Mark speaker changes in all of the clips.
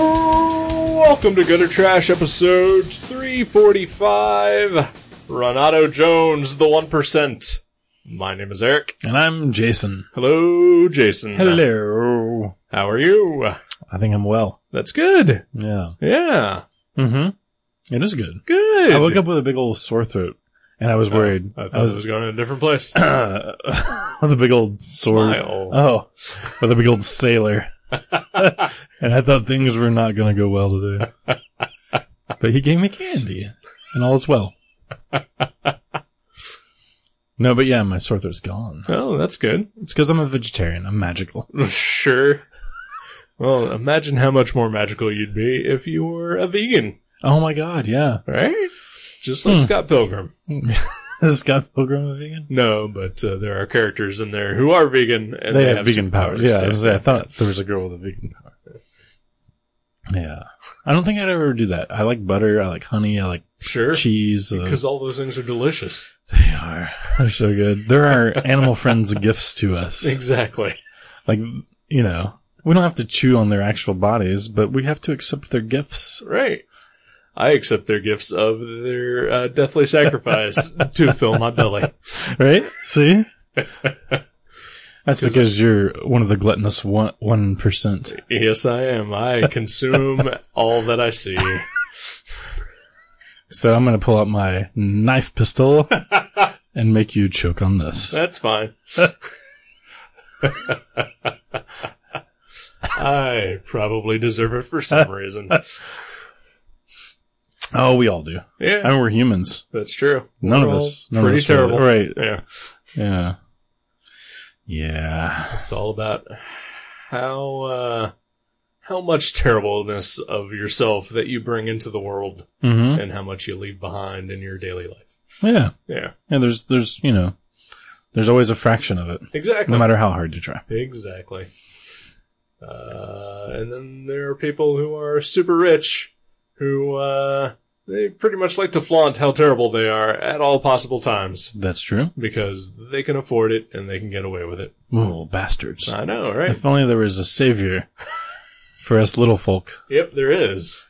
Speaker 1: Welcome to Gutter Trash, episode 345. Renato Jones, the 1%. My name is Eric.
Speaker 2: And I'm Jason.
Speaker 1: Hello, Jason.
Speaker 2: Hello.
Speaker 1: How are you?
Speaker 2: I think I'm well.
Speaker 1: That's good.
Speaker 2: Yeah.
Speaker 1: Yeah.
Speaker 2: Mm-hmm. It is good.
Speaker 1: Good.
Speaker 2: I woke up with a big old sore throat, and I was
Speaker 1: Oh,
Speaker 2: worried.
Speaker 1: I thought it was going to a different place.
Speaker 2: with a big old sore.
Speaker 1: Smile.
Speaker 2: Oh, with a big old sailor. and I thought things were not going to go well today. but he gave me candy, and all is well. No, but yeah, my sore throat's gone.
Speaker 1: Oh, that's good.
Speaker 2: It's because I'm a vegetarian. I'm magical.
Speaker 1: Sure. Well, imagine how much more magical you'd be if you were a vegan,
Speaker 2: Oh my god, yeah.
Speaker 1: right? Just like
Speaker 2: Hmm.
Speaker 1: Scott Pilgrim.
Speaker 2: Is Scott Pilgrim a vegan?
Speaker 1: No, but uh, there are characters in there who are vegan and
Speaker 2: they, have, vegan
Speaker 1: some
Speaker 2: powers. Yeah, I, was gonna say, I thought there was a girl with a vegan power. Yeah, I don't think I'd ever do that. I like butter. I like honey. I like
Speaker 1: sure.
Speaker 2: cheese. uh,
Speaker 1: Because all those things are delicious.
Speaker 2: they are they're so good. There are animal friends gifts to us.
Speaker 1: Exactly.
Speaker 2: Like you know, we don't have to chew on their actual bodies, but we have to accept their gifts.
Speaker 1: Right. I accept their gifts of their uh, deathly sacrifice to fill my belly.
Speaker 2: Right? See. That's because you're one of the gluttonous one one percent.
Speaker 1: Yes, I am. I consume all that I see.
Speaker 2: So I'm gonna pull out my knife pistol and make you choke on this.
Speaker 1: That's fine. I probably deserve it for some reason.
Speaker 2: Oh, we all do. I
Speaker 1: Yeah,
Speaker 2: mean, we're humans.
Speaker 1: that's true.
Speaker 2: None
Speaker 1: We're
Speaker 2: of
Speaker 1: all
Speaker 2: us. None
Speaker 1: pretty
Speaker 2: of us are-
Speaker 1: terrible.
Speaker 2: Right.
Speaker 1: Yeah.
Speaker 2: Yeah. Yeah.
Speaker 1: It's all about how uh, how much terribleness of yourself that you bring into the world,
Speaker 2: hmm
Speaker 1: and how much you leave behind in your daily life.
Speaker 2: Yeah.
Speaker 1: Yeah,
Speaker 2: Yeah. There's, there's, you know, there's always a fraction of it,
Speaker 1: exactly,
Speaker 2: no matter how hard you try.
Speaker 1: exactly. Uh, and then there are people who are super rich, who uh, they pretty much like to flaunt how terrible they are at all possible times
Speaker 2: That's true.
Speaker 1: because they can afford it and they can get away with it.
Speaker 2: Little bastards.
Speaker 1: I know, right?
Speaker 2: If only there was a savior for us little folk.
Speaker 1: yep, there is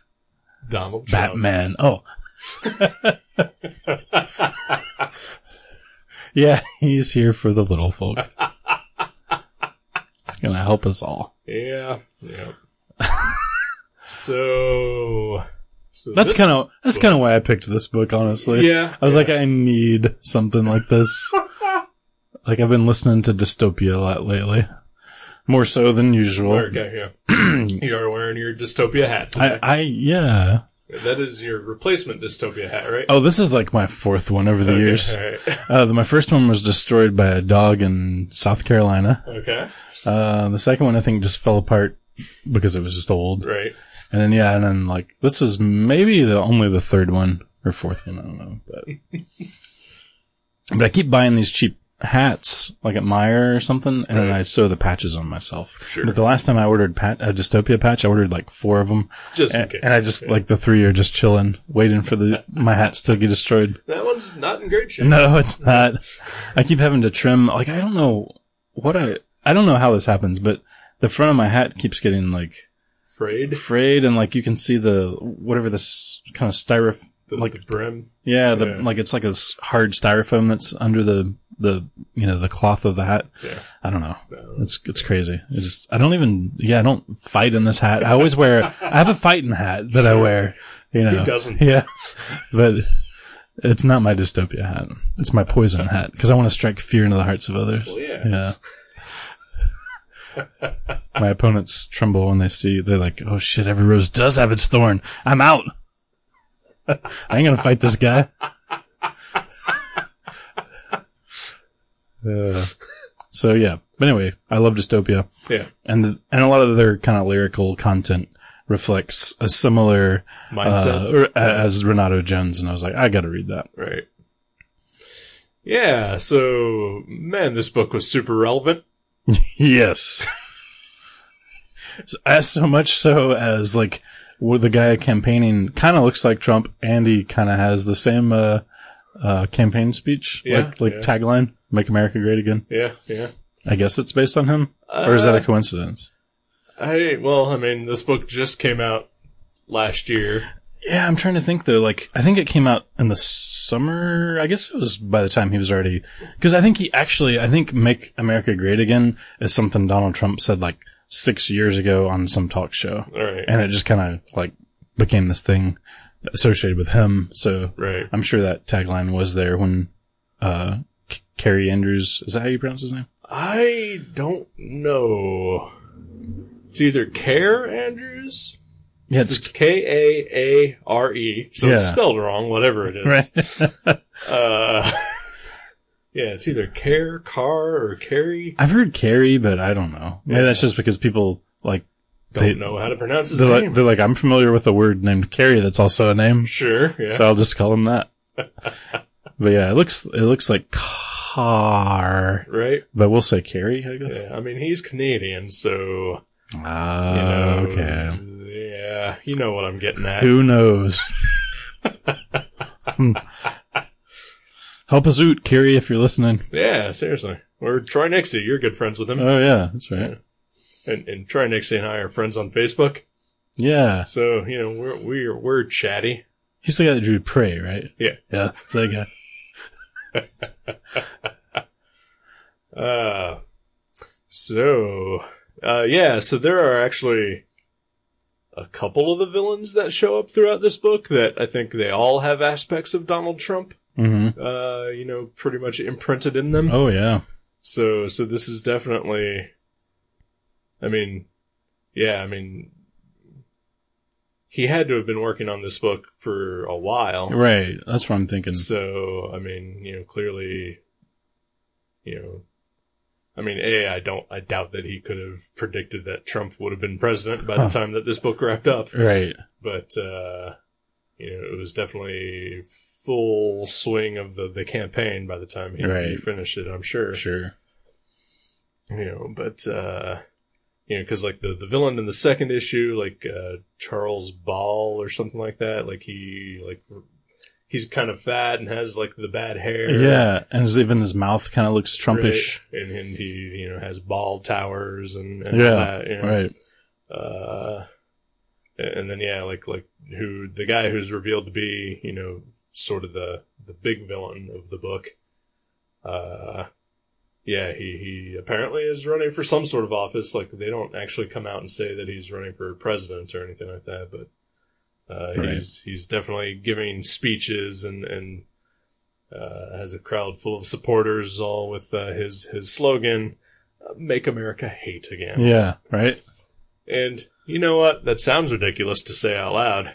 Speaker 1: Donald Trump.
Speaker 2: Batman. Oh. yeah, he's here for the little folk. He's gonna help us all.
Speaker 1: Yeah. Yeah. so, so
Speaker 2: That's
Speaker 1: this-
Speaker 2: kind of that's kind of why I picked this book. Honestly,
Speaker 1: yeah.
Speaker 2: I was
Speaker 1: yeah.
Speaker 2: like, I need something like this. like I've been listening to dystopia a lot lately, more so than usual.
Speaker 1: America, yeah. you are wearing your dystopia hat.
Speaker 2: I, I yeah.
Speaker 1: that is your replacement dystopia hat, right?
Speaker 2: Oh, this is like my fourth one over the
Speaker 1: Okay,
Speaker 2: years.
Speaker 1: all right.
Speaker 2: Uh, the, my first one was destroyed by a dog in South Carolina.
Speaker 1: Okay.
Speaker 2: Uh, the second one I think just fell apart because it was just old.
Speaker 1: Right.
Speaker 2: And then yeah, and then like this is maybe the only the third one or fourth one, I don't know. But but I keep buying these cheap hats, like at Meyer or something, and then
Speaker 1: Right.
Speaker 2: I sew the patches on myself.
Speaker 1: Sure.
Speaker 2: But the last time I ordered pat- a dystopia patch, I ordered like four of them,
Speaker 1: Just in
Speaker 2: and,
Speaker 1: case.
Speaker 2: and I just
Speaker 1: Yeah.
Speaker 2: like the three are just chilling, waiting for the my hats to get destroyed.
Speaker 1: that one's not in great shape.
Speaker 2: No, it's not. I keep having to trim. Like I don't know what I I don't know how this happens, but the front of my hat keeps getting like
Speaker 1: Frayed.
Speaker 2: frayed and like you can see the whatever this kind of styrofoam
Speaker 1: The,
Speaker 2: Like-
Speaker 1: the brim.
Speaker 2: yeah, the,
Speaker 1: Yeah.
Speaker 2: like it's like this hard styrofoam that's under the the you know the cloth of the hat
Speaker 1: Yeah.
Speaker 2: i don't know
Speaker 1: No.
Speaker 2: it's it's crazy it just i don't even yeah i don't fight in this hat i always wear i have a fighting hat that i wear you know
Speaker 1: Who doesn't?
Speaker 2: yeah but it's not my dystopia hat it's my poison hat because i want to strike fear into the hearts of others
Speaker 1: Well, yeah.
Speaker 2: yeah. My opponents tremble when they see, they're like, oh shit, every rose does have its thorn. I'm out. I ain't gonna fight this guy. Uh, so yeah. But anyway, I love dystopia.
Speaker 1: Yeah.
Speaker 2: And, the, and a lot of their kind of lyrical content reflects a similar, uh,
Speaker 1: Mindset.
Speaker 2: or, as Renato Jones. And I was like, I gotta read that.
Speaker 1: right. Yeah. So, man, this book was super relevant.
Speaker 2: Yes. So- as so much so as like where the guy campaigning kind of looks like Trump and he kind of has the same uh, uh, campaign speech
Speaker 1: Yeah,
Speaker 2: like like
Speaker 1: yeah.
Speaker 2: tagline make America great again.
Speaker 1: Yeah. Yeah.
Speaker 2: Uh, I guess it's based on him or is that a coincidence?
Speaker 1: I well, I mean, this book just came out last year.
Speaker 2: Yeah, I'm trying to think though. Like, I think it came out in the summer. I guess it was by the time he was already, because I think he actually, I think "Make America Great Again" is something Donald Trump said like six years ago on some talk show,
Speaker 1: All right,
Speaker 2: and it just kind of like became this thing associated with him. So
Speaker 1: right.
Speaker 2: I'm sure that tagline was there when uh C- Carrie Andrews is that how you pronounce his name?
Speaker 1: I don't know. It's either Care Andrews.
Speaker 2: Yeah,
Speaker 1: It's K A A R E. So it's
Speaker 2: Yeah.
Speaker 1: spelled wrong, whatever it is.
Speaker 2: right.
Speaker 1: Uh, yeah, it's either Care, Car, or Carrie.
Speaker 2: I've heard Carrie, but I don't know. Maybe
Speaker 1: Yeah.
Speaker 2: that's just because people like
Speaker 1: Don't
Speaker 2: They-
Speaker 1: know how to pronounce his
Speaker 2: they're
Speaker 1: name.
Speaker 2: like, they're like I'm familiar with a word named Carrie that's also a name,
Speaker 1: sure. Yeah.
Speaker 2: so I'll just call him that. but yeah, it looks it looks like car,
Speaker 1: right.
Speaker 2: but we'll say Carrie. I guess.
Speaker 1: Yeah. I mean, he's Canadian, so you
Speaker 2: Ah,
Speaker 1: know.
Speaker 2: okay.
Speaker 1: Yeah, you know what I'm getting at.
Speaker 2: Who knows? Hmm. Help us out, Carrie, if you're listening.
Speaker 1: Yeah, seriously. Or Troy Nixie, you're good friends with him.
Speaker 2: Oh yeah, that's right.
Speaker 1: and, and Troy Nixie and I are friends on Facebook.
Speaker 2: Yeah,
Speaker 1: So, you know, we're we're we're chatty.
Speaker 2: he's the guy that drew Prey, right?
Speaker 1: Yeah.
Speaker 2: yeah, it's that guy.
Speaker 1: Uh so uh yeah, so there are actually a couple of the villains that show up throughout this book that I think they all have aspects of Donald Trump
Speaker 2: hmm
Speaker 1: uh, you know, pretty much imprinted in them.
Speaker 2: Oh yeah,
Speaker 1: So, so this is definitely, I mean, yeah, I mean, he had to have been working on this book for a while.
Speaker 2: right. That's what I'm thinking.
Speaker 1: So, I mean, you know, clearly, you know, I mean, A, I don't, I doubt that he could have predicted that Trump would have been president by the
Speaker 2: Huh.
Speaker 1: time that this book wrapped up,
Speaker 2: Right.
Speaker 1: but, uh, you know, it was definitely full swing of the, the campaign by the time he, he
Speaker 2: Right.
Speaker 1: finished it, I'm sure.
Speaker 2: Sure.
Speaker 1: you know but uh you know because like the the villain in the second issue like uh charles ball or something like that like he like he's kind of fat and has like the bad hair
Speaker 2: Yeah, and his, even his mouth kind of looks
Speaker 1: right?
Speaker 2: Trumpish.
Speaker 1: and, and he you know has ball towers and, and all
Speaker 2: Yeah,
Speaker 1: that, you know?
Speaker 2: Right.
Speaker 1: uh and then yeah like like who the guy who's revealed to be you know sort of the the big villain of the book uh yeah he he apparently is running for some sort of office like they don't actually come out and say that he's running for president or anything like that but uh
Speaker 2: Right.
Speaker 1: he's he's definitely giving speeches and and uh, has a crowd full of supporters, all with uh, his his slogan, uh, "Make America Hate Again."
Speaker 2: Yeah. Right.
Speaker 1: And you know what? That sounds ridiculous to say out loud,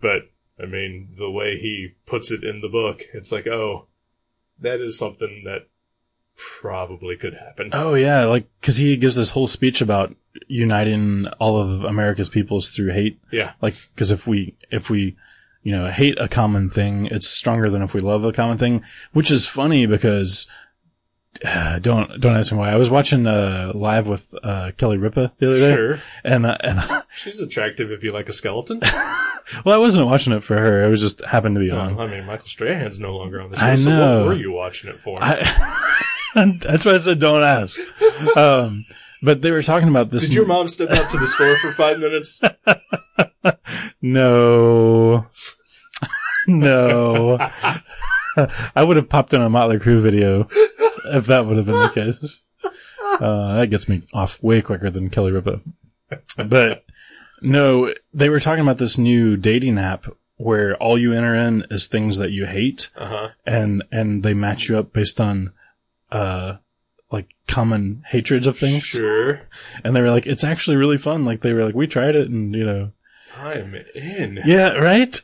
Speaker 1: but I mean, the way he puts it in the book, it's like, oh, that is something that probably could happen.
Speaker 2: Oh yeah, like because he gives this whole speech about uniting all of America's peoples through hate.
Speaker 1: Yeah.
Speaker 2: Like because if we if we you know hate a common thing, it's stronger than if we love a common thing, which is funny because. Uh, don't don't ask me why. I was watching uh, live with uh, Kelly Ripa the other day,
Speaker 1: Sure.
Speaker 2: and uh, and
Speaker 1: She's attractive if you like a skeleton.
Speaker 2: well, I wasn't watching it for her. It was just happened to be on.
Speaker 1: Well, I mean, Michael Strahan's no longer on the show,
Speaker 2: I
Speaker 1: so
Speaker 2: know.
Speaker 1: what were you watching it for?
Speaker 2: I, that's why I said don't ask. Um, but they were talking about this.
Speaker 1: Did your mom step out to the store for five minutes?
Speaker 2: no, no. I would have popped in a Motley Crue video if that would have been the case. Uh, that gets me off way quicker than Kelly Ripa. But no, they were talking about this new dating app where all you enter in is things that you hate.
Speaker 1: Uh huh.
Speaker 2: and and they match you up based on uh like common hatreds of things
Speaker 1: Sure.
Speaker 2: and they were like it's actually really fun like they were like we tried it and you know
Speaker 1: I'm in.
Speaker 2: yeah right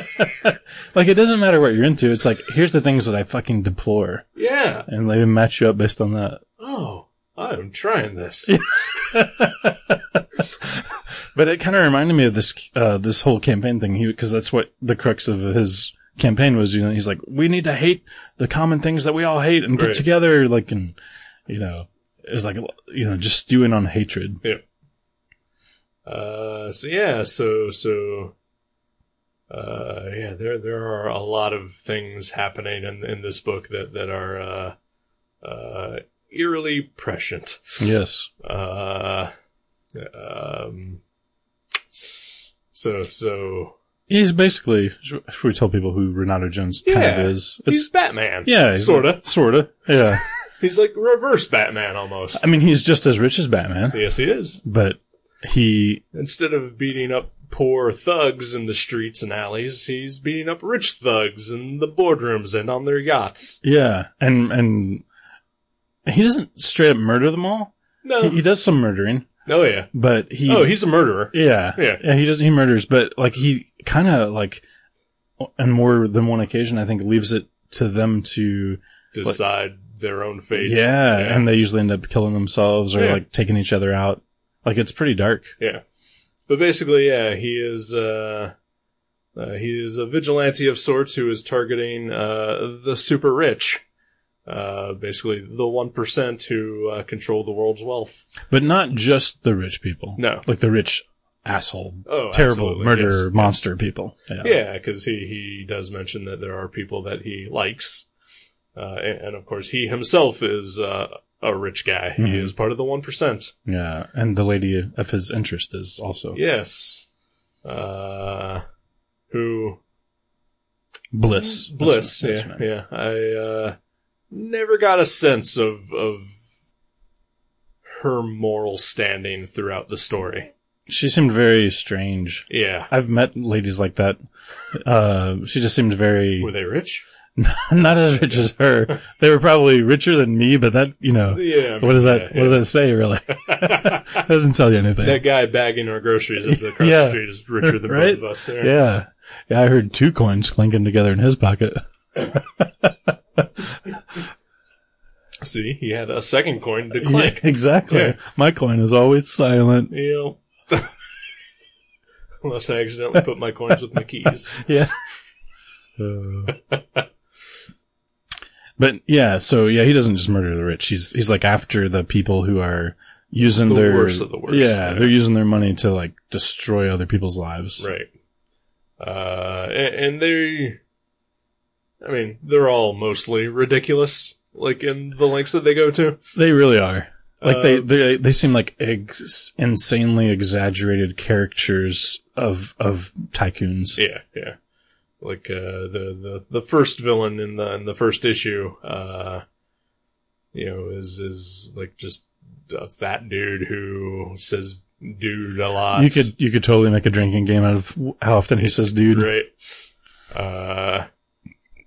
Speaker 2: like it doesn't matter what you're into it's like here's the things that i fucking deplore
Speaker 1: Yeah.
Speaker 2: and they match you up based on that
Speaker 1: Oh, I'm trying this.
Speaker 2: but it kind of reminded me of this uh this whole campaign thing he because that's what the crux of his campaign was you know he's like we need to hate the common things that we all hate and get
Speaker 1: Right.
Speaker 2: together like and you know it's like you know just stewing on hatred
Speaker 1: Uh, so yeah, so so uh, yeah, there there are a lot of things happening in in this book that that are uh, uh, eerily prescient.
Speaker 2: yes
Speaker 1: Uh, Um, so so
Speaker 2: He's basically, should we tell people who Renato Jones kind
Speaker 1: Yeah,
Speaker 2: of is?
Speaker 1: he's Batman.
Speaker 2: yeah, he's-
Speaker 1: sorta.
Speaker 2: sorta. Yeah,
Speaker 1: He's like reverse Batman almost.
Speaker 2: I mean, he's just as rich as Batman,
Speaker 1: yes, he is.
Speaker 2: but he
Speaker 1: Instead of beating up poor thugs in the streets and alleys, he's beating up rich thugs in the boardrooms and on their yachts.
Speaker 2: Yeah, and and he doesn't straight up murder them all.
Speaker 1: No,
Speaker 2: He, he does some murdering,
Speaker 1: oh yeah,
Speaker 2: but he
Speaker 1: oh he's a murderer.
Speaker 2: yeah
Speaker 1: Yeah.
Speaker 2: he doesn't he murders, but like he kind of like on more than one occasion I think leaves it to them to
Speaker 1: Decide their own fate.
Speaker 2: yeah,
Speaker 1: Yeah.
Speaker 2: and they usually end up killing themselves or
Speaker 1: Yeah.
Speaker 2: like taking each other out. Like it's pretty dark.
Speaker 1: But basically, yeah, he is uh, uh, he is a vigilante of sorts who is targeting uh, the super rich, uh, basically the one percent who uh, control the world's wealth.
Speaker 2: But not just the rich people.
Speaker 1: No.
Speaker 2: Like the rich asshole,
Speaker 1: Oh,
Speaker 2: terrible
Speaker 1: absolutely,
Speaker 2: murderer,
Speaker 1: yes.
Speaker 2: monster people.
Speaker 1: Yeah, because he he does mention that there are people that he likes, uh, and, and of course he himself is uh, a rich guy. He
Speaker 2: Mhm.
Speaker 1: is part of the one percent.
Speaker 2: Yeah. And the lady of his interest is also
Speaker 1: Yes, uh, who
Speaker 2: Bliss.
Speaker 1: Bliss,
Speaker 2: That's
Speaker 1: yeah,
Speaker 2: right.
Speaker 1: yeah. I uh, never got a sense of of her moral standing throughout the story.
Speaker 2: She seemed very strange.
Speaker 1: Yeah,
Speaker 2: I've met ladies like that. Uh, she just seemed very
Speaker 1: were they rich?
Speaker 2: not as rich as her. They were probably richer than me, but that you know,
Speaker 1: Yeah. I mean,
Speaker 2: what does that
Speaker 1: yeah,
Speaker 2: what does that say really?
Speaker 1: yeah.
Speaker 2: doesn't tell you anything.
Speaker 1: that guy bagging our groceries at the cross
Speaker 2: Yeah.
Speaker 1: street is richer than
Speaker 2: Right?
Speaker 1: both of us. There.
Speaker 2: yeah, yeah. I heard two coins clinking together in his pocket.
Speaker 1: See, he had a second coin to
Speaker 2: Yeah,
Speaker 1: clank.
Speaker 2: exactly.
Speaker 1: Yeah.
Speaker 2: My coin is always silent.
Speaker 1: You know. Unless I accidentally put my coins with my keys.
Speaker 2: Yeah. Uh, but yeah, so yeah, he doesn't just murder the rich. He's he's like after the people who are using
Speaker 1: The
Speaker 2: their
Speaker 1: worst of the worst, yeah.
Speaker 2: Yeah, they're using their money to like destroy other people's lives.
Speaker 1: Right. Uh, and, and they, I mean, they're all mostly ridiculous, like in the lengths that they go to.
Speaker 2: They really are. Like they,
Speaker 1: Uh,
Speaker 2: they they seem like ex- insanely exaggerated caricatures of of tycoons.
Speaker 1: Yeah, yeah. Like uh, the the the first villain in the in the first issue, uh, you know, is is like just a fat dude who says "dude" a lot.
Speaker 2: You could you could totally make a drinking game out of how often he says dude.
Speaker 1: right? Uh,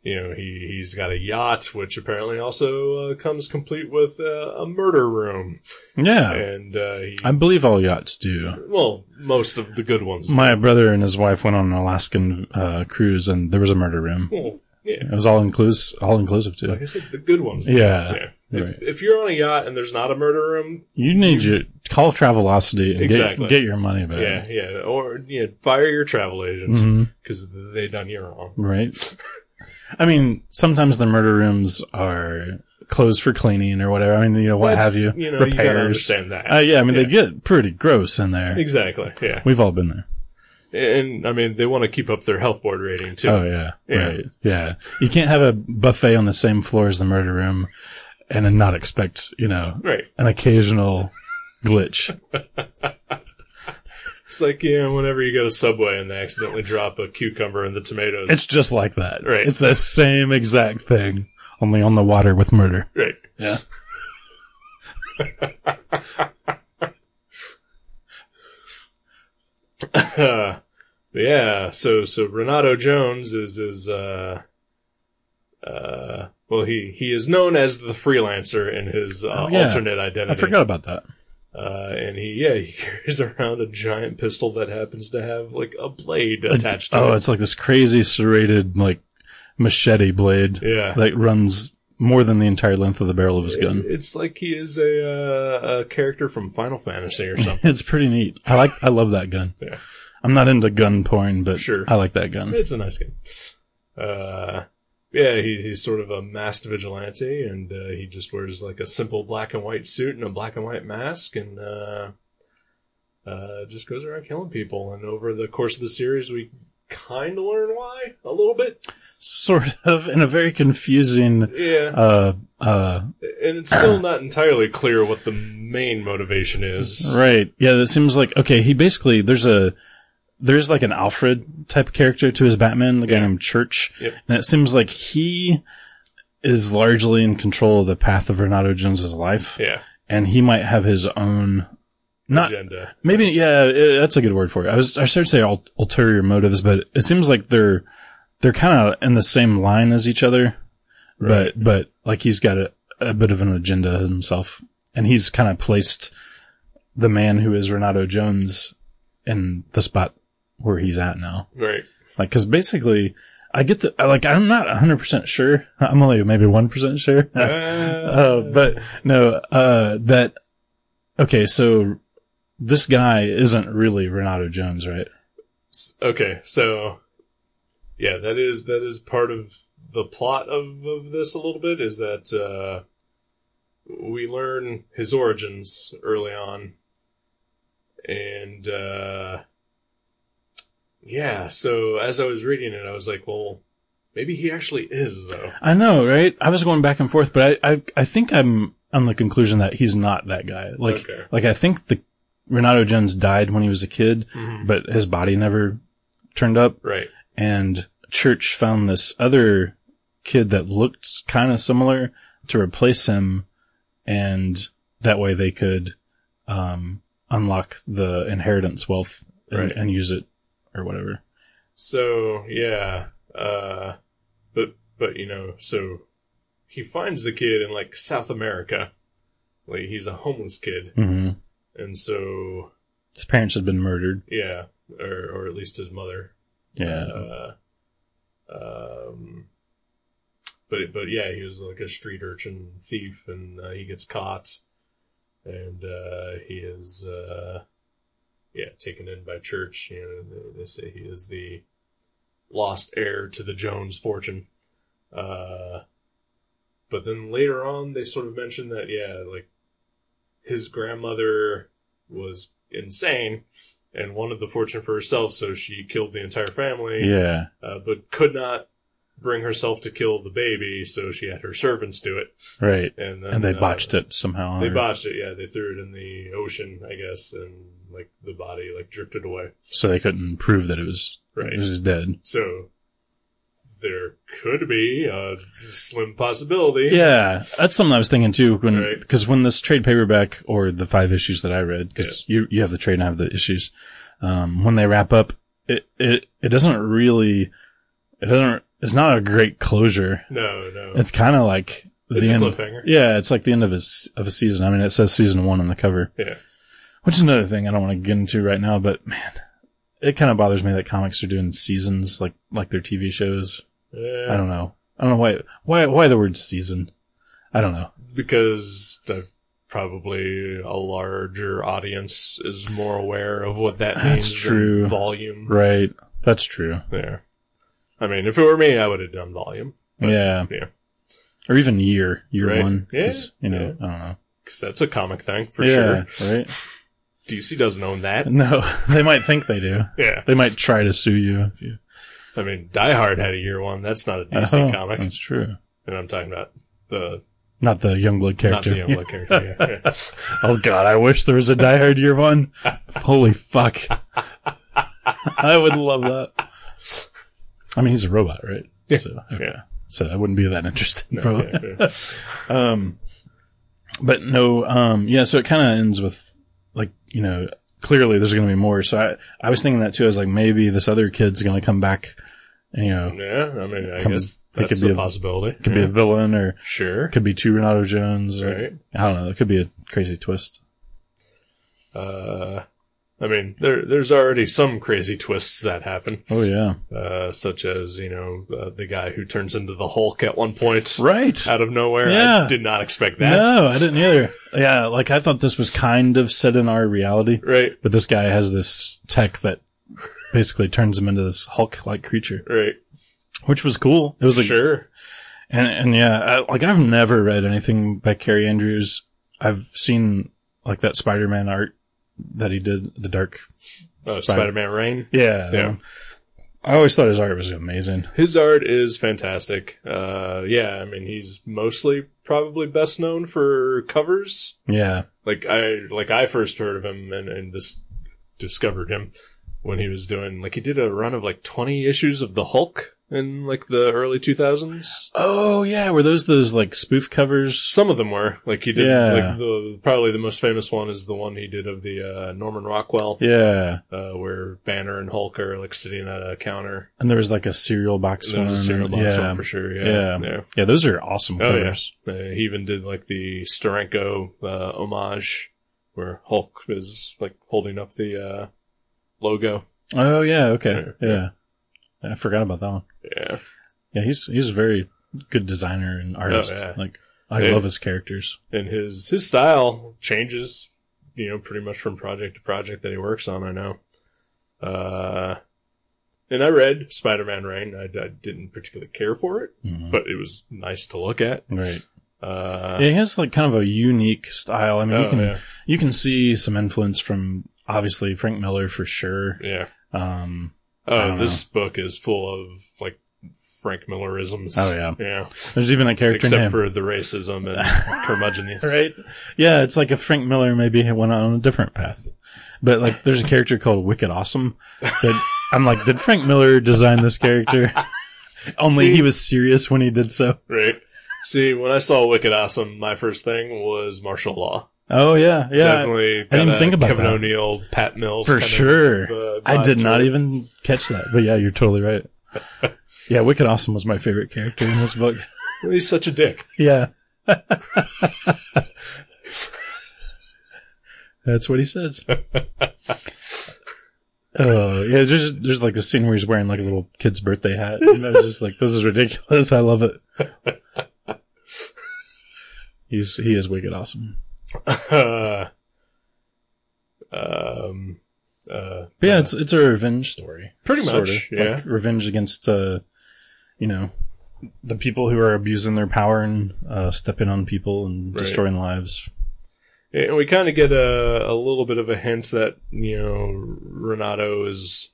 Speaker 1: you know, he he's got a yacht, which apparently also uh, comes complete with uh, a murder room,
Speaker 2: Yeah.
Speaker 1: and uh, he,
Speaker 2: I believe all yachts do.
Speaker 1: well, most of the good ones.
Speaker 2: My brother and his wife went on an Alaskan uh, cruise, and there was a murder room.
Speaker 1: Well, yeah,
Speaker 2: It was all inclusive, all inclusive too.
Speaker 1: like I said, the good ones.
Speaker 2: Yeah,
Speaker 1: If,
Speaker 2: right.
Speaker 1: if you're on a yacht and there's not a murder room,
Speaker 2: You need your call Travelocity and
Speaker 1: Exactly.
Speaker 2: get get your money back.
Speaker 1: yeah, yeah, or you know, fire your travel agent
Speaker 2: hmm
Speaker 1: because they done you wrong.
Speaker 2: Right. I mean, sometimes the murder rooms are closed for cleaning or whatever. I mean, you know, what
Speaker 1: That's-
Speaker 2: have you?
Speaker 1: You know, you gotta
Speaker 2: Repairs.
Speaker 1: understand that.
Speaker 2: uh, yeah, I mean, they get pretty gross in there.
Speaker 1: exactly. Yeah,
Speaker 2: We've all been there.
Speaker 1: and I mean they want to keep up their health board rating too.
Speaker 2: Oh yeah,
Speaker 1: Yeah.
Speaker 2: right. Yeah, you can't have a buffet on the same floor as the murder room, and then not expect you know
Speaker 1: Right.
Speaker 2: an occasional glitch.
Speaker 1: It's like you know, whenever you go to Subway and they accidentally drop a cucumber in the tomatoes.
Speaker 2: It's just like that.
Speaker 1: Right.
Speaker 2: It's the same exact thing, only on the water with murder.
Speaker 1: right.
Speaker 2: Yeah.
Speaker 1: Uh, yeah. So so Renato Jones is is uh uh well he he is known as the freelancer in his uh,
Speaker 2: Oh, yeah.
Speaker 1: alternate identity.
Speaker 2: I forgot about that.
Speaker 1: Uh, and he yeah he carries around a giant pistol that happens to have like a blade attached to
Speaker 2: oh,
Speaker 1: it.
Speaker 2: it's like this crazy serrated like machete blade
Speaker 1: yeah.
Speaker 2: that runs more than the entire length of the barrel of his gun.
Speaker 1: It's like he is a uh, a character from Final Fantasy or something.
Speaker 2: It's pretty neat. I like. I love that gun.
Speaker 1: Yeah.
Speaker 2: I'm not into gun porn, but
Speaker 1: Sure.
Speaker 2: I like that gun.
Speaker 1: it's a nice game. Uh, yeah, he, he's sort of a masked vigilante, and uh, he just wears like a simple black and white suit and a black and white mask, and uh, uh, just goes around killing people. And over the course of the series, we kind of learn why a little bit.
Speaker 2: Sort of in a very confusing.
Speaker 1: Yeah,
Speaker 2: Uh, uh,
Speaker 1: and it's still not entirely clear what the main motivation is.
Speaker 2: Right. Yeah, that seems like okay, he basically there's a there's like an Alfred type character to his Batman, the guy
Speaker 1: Yeah.
Speaker 2: named Church.
Speaker 1: Yep.
Speaker 2: And it seems like he is largely in control of the path of Renato Jones's life.
Speaker 1: Yeah.
Speaker 2: And he might have his own not
Speaker 1: agenda.
Speaker 2: maybe yeah, eh, that's a good word for it. I was I started to say ul- ulterior motives, but it seems like they're they're kind of in the same line as each other.
Speaker 1: Right.
Speaker 2: But but like he's got a, a bit of an agenda himself, and he's kind of placed the man who is Renato Jones in the spot where he's at now.
Speaker 1: Right.
Speaker 2: Like, because basically, I get the I- like I'm not 100 percent sure. I'm only maybe one percent sure. Uh, but no, uh, that okay. So this guy isn't really Renato Jones, right?
Speaker 1: S- okay, so yeah, that is that is part of the plot of of this a little bit is that uh, we learn his origins early on, and uh, yeah. So as I was reading it, I was like, well, maybe he actually is though.
Speaker 2: I know, right? I was going back and forth, but I, I, I think I'm on the conclusion that he's not that guy. Like,
Speaker 1: okay.
Speaker 2: like I think the Renato Jones died when he was a kid,
Speaker 1: Mhm.
Speaker 2: but his body never turned up.
Speaker 1: right,
Speaker 2: And Church found this other kid that looked kind of similar to replace him, and that way they could um, unlock the inheritance wealth and,
Speaker 1: Right.
Speaker 2: and use it or whatever.
Speaker 1: so yeah, uh, but but you know, so he finds the kid in like South America, like he's a homeless kid.
Speaker 2: hmm
Speaker 1: And so,
Speaker 2: His parents had been murdered.
Speaker 1: yeah, or, or at least his mother.
Speaker 2: Yeah.
Speaker 1: Uh, um, but but yeah, he was like a street urchin thief, and uh, he gets caught, and uh, he is uh, yeah taken in by church. You know, they, they say he is the lost heir to the Jones fortune. Uh, but then later on, they sort of mention that yeah, like his grandmother was insane. And wanted the fortune for herself, so she killed the entire family
Speaker 2: Yeah.
Speaker 1: uh, but could not bring herself to kill the baby, so she had her servants do it.
Speaker 2: Right.
Speaker 1: And, then,
Speaker 2: and they
Speaker 1: uh,
Speaker 2: botched it somehow.
Speaker 1: They
Speaker 2: or-
Speaker 1: botched it, yeah. They threw it in the ocean, I guess, and like the body like drifted away.
Speaker 2: so they couldn't prove that it was
Speaker 1: Right.
Speaker 2: It was dead.
Speaker 1: So there could be a slim possibility.
Speaker 2: Yeah, that's something I was thinking too. When
Speaker 1: Right.
Speaker 2: because when this trade paperback or the five issues that I read, because you you have the trade and I have the issues. Um, when they wrap up, it it it doesn't really, it doesn't. It's not a great closure.
Speaker 1: No, no.
Speaker 2: It's kind of like the
Speaker 1: It's a
Speaker 2: end.
Speaker 1: cliffhanger.
Speaker 2: yeah, it's like the end of a s- of a season. I mean, it says season one on the cover.
Speaker 1: Yeah.
Speaker 2: which is another thing I don't want to get into right now. But man, it kind of bothers me that comics are doing seasons like like their TV shows. I
Speaker 1: Yeah,
Speaker 2: don't know. I don't know why why why the word season. I don't know.
Speaker 1: because I've probably a larger audience is more aware of what that means.
Speaker 2: That's
Speaker 1: than
Speaker 2: true.
Speaker 1: Volume.
Speaker 2: Right. That's true.
Speaker 1: There. I mean, if it were me, I would have done volume. But,
Speaker 2: yeah.
Speaker 1: yeah.
Speaker 2: Or even year, year
Speaker 1: Right.
Speaker 2: one.
Speaker 1: Yeah,
Speaker 2: 'cause, You know, I don't know.
Speaker 1: Because that's a comic thing, for
Speaker 2: Yeah,
Speaker 1: sure.
Speaker 2: Right?
Speaker 1: DC doesn't own that.
Speaker 2: No, they might think they do.
Speaker 1: Yeah.
Speaker 2: They might try to sue you if you.
Speaker 1: I mean, Die Hard had a year one. That's not a DC
Speaker 2: Oh,
Speaker 1: comic.
Speaker 2: That's true.
Speaker 1: And I'm talking about the,
Speaker 2: Not the Youngblood
Speaker 1: not the
Speaker 2: character.
Speaker 1: Youngblood character. yeah, yeah.
Speaker 2: oh god, I wish there was a Die Hard year one. Holy fuck. I would love that. I mean, he's a robot, right?
Speaker 1: Yeah.
Speaker 2: So, okay.
Speaker 1: Yeah.
Speaker 2: so I wouldn't be that interested,
Speaker 1: No,
Speaker 2: probably.
Speaker 1: yeah, yeah.
Speaker 2: um but no um yeah so it kind of ends with like you know clearly there's gonna be more so i i was thinking that too i was like maybe this other kid's gonna come back and you know
Speaker 1: Yeah, I mean, I
Speaker 2: Come-
Speaker 1: guess
Speaker 2: it could
Speaker 1: that's
Speaker 2: be
Speaker 1: a
Speaker 2: a-
Speaker 1: possibility.
Speaker 2: could be a villain or
Speaker 1: sure.
Speaker 2: could be two renato jones or,
Speaker 1: Right.
Speaker 2: i don't know it could be a crazy twist
Speaker 1: Uh, I mean, there, there's already some crazy twists that happen,
Speaker 2: oh yeah
Speaker 1: uh, such as, you know, uh, the guy who turns into the Hulk at one point
Speaker 2: right
Speaker 1: out of nowhere.
Speaker 2: Yeah.
Speaker 1: I did not expect that.
Speaker 2: Uh, no i didn't either yeah like i thought this was kind of set in our reality
Speaker 1: Right,
Speaker 2: but this guy has this tech that basically turns him into this hulk like creature
Speaker 1: right.
Speaker 2: which was cool it was like
Speaker 1: sure.
Speaker 2: And and yeah, I, like I've never read anything by Carrie Andrews. I've seen like that Spider Man art that he did, the Dark
Speaker 1: Oh,
Speaker 2: Spider-
Speaker 1: Spider Man Rain.
Speaker 2: Yeah, that
Speaker 1: Yeah.
Speaker 2: one. I always thought his art was amazing.
Speaker 1: His art is fantastic. Uh, yeah, I mean, he's mostly probably best known for covers.
Speaker 2: Yeah.
Speaker 1: Like I, like I first heard of him and, and just discovered him when he was doing, like he did a run of like 20 issues of the Hulk in like the early 2000s.
Speaker 2: Oh yeah, were those those like spoof covers?
Speaker 1: Some of them were like he did,
Speaker 2: Yeah.
Speaker 1: like the, probably the most famous one is the one he did of the, uh, Norman Rockwell,
Speaker 2: Yeah.
Speaker 1: uh, where Banner and Hulk are like sitting at a counter.
Speaker 2: And there was like a cereal box
Speaker 1: There's
Speaker 2: one.
Speaker 1: a cereal box
Speaker 2: yeah.
Speaker 1: one for sure.
Speaker 2: Yeah.
Speaker 1: yeah.
Speaker 2: Yeah, those are awesome
Speaker 1: Oh, yeah.
Speaker 2: covers.
Speaker 1: Uh, he even did like the Starenko uh, homage, where Hulk is like holding up the uh, logo.
Speaker 2: Oh yeah, okay.
Speaker 1: Yeah,
Speaker 2: Yeah. I forgot about that one.
Speaker 1: Yeah,
Speaker 2: Yeah, he's he's a very good designer and artist.
Speaker 1: yeah.
Speaker 2: Like I
Speaker 1: Yeah.
Speaker 2: love his characters.
Speaker 1: and his his style changes, you know, pretty much from project to project that he works on. I know. Uh, and I read Spider-Man Reign. I, I didn't particularly care for it,
Speaker 2: Mhm.
Speaker 1: but it was nice to look at.
Speaker 2: right.
Speaker 1: Uh,
Speaker 2: yeah, he has like kind of a unique style. I mean, you
Speaker 1: oh,
Speaker 2: can
Speaker 1: yeah,
Speaker 2: you can see some influence from obviously Frank Miller for sure.
Speaker 1: yeah.
Speaker 2: Um, I
Speaker 1: Oh,
Speaker 2: don't
Speaker 1: this book is full of like Frank Millerisms.
Speaker 2: Oh, yeah.
Speaker 1: yeah.
Speaker 2: there's even a character
Speaker 1: except
Speaker 2: name.
Speaker 1: for the racism and curmudgeonness.
Speaker 2: right? Yeah, it's like if Frank Miller maybe went on a different path. But like there's a character called Wicked Awesome that I'm like, did Frank Miller design this character? Only
Speaker 1: See?
Speaker 2: he was serious when he did so.
Speaker 1: right. See, when I saw Wicked Awesome, my first thing was martial law.
Speaker 2: Oh yeah, yeah.
Speaker 1: Definitely.
Speaker 2: I didn't
Speaker 1: kinda
Speaker 2: think about
Speaker 1: Kevin
Speaker 2: that.
Speaker 1: O'Neill, Pat Mills.
Speaker 2: For
Speaker 1: kind of,
Speaker 2: sure.
Speaker 1: uh,
Speaker 2: I
Speaker 1: vibe
Speaker 2: did
Speaker 1: to
Speaker 2: not
Speaker 1: it.
Speaker 2: even catch that. But yeah, you're totally right. Yeah, Wicked Awesome was my favorite character in this book.
Speaker 1: He's such a dick.
Speaker 2: Yeah. That's what he says. Oh yeah, there's there's like a scene where he's wearing like a little kid's birthday hat, and I was just like, "This is ridiculous." I love it. He's he is wicked awesome.
Speaker 1: Uh, um, uh,
Speaker 2: But yeah, it's it's a revenge story,
Speaker 1: Pretty
Speaker 2: sorta.
Speaker 1: much, yeah.
Speaker 2: Like, revenge against uh, you know, the people who are abusing their power and uh, stepping on people and
Speaker 1: Right.
Speaker 2: destroying lives.
Speaker 1: and we kind of get a, a little bit of a hint that, you know, Renato is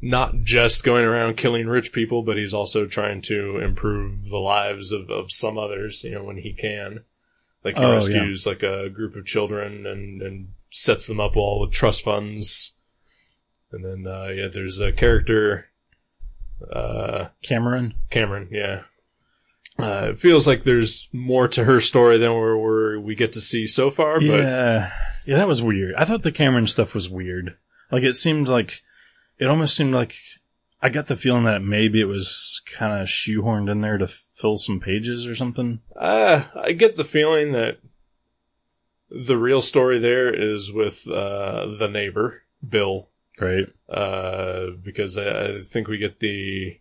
Speaker 1: not just going around killing rich people, but he's also trying to improve the lives of, of some others, you know, when he can. Like he
Speaker 2: Oh, yeah.
Speaker 1: rescues like a group of children and, and sets them up all with trust funds. And then, uh, yeah, there's a character, uh,
Speaker 2: Cameron,
Speaker 1: Cameron, yeah. Uh, it feels like there's more to her story than where, where we get to see so far, but
Speaker 2: Yeah. Yeah, that was weird. I thought the Cameron stuff was weird. Like it seemed like it almost seemed like I got the feeling that maybe it was kind of shoehorned in there to fill some pages or something.
Speaker 1: Uh, I get the feeling that the real story there is with uh, the neighbor, Bill,
Speaker 2: Right.
Speaker 1: uh, because I, I think we get the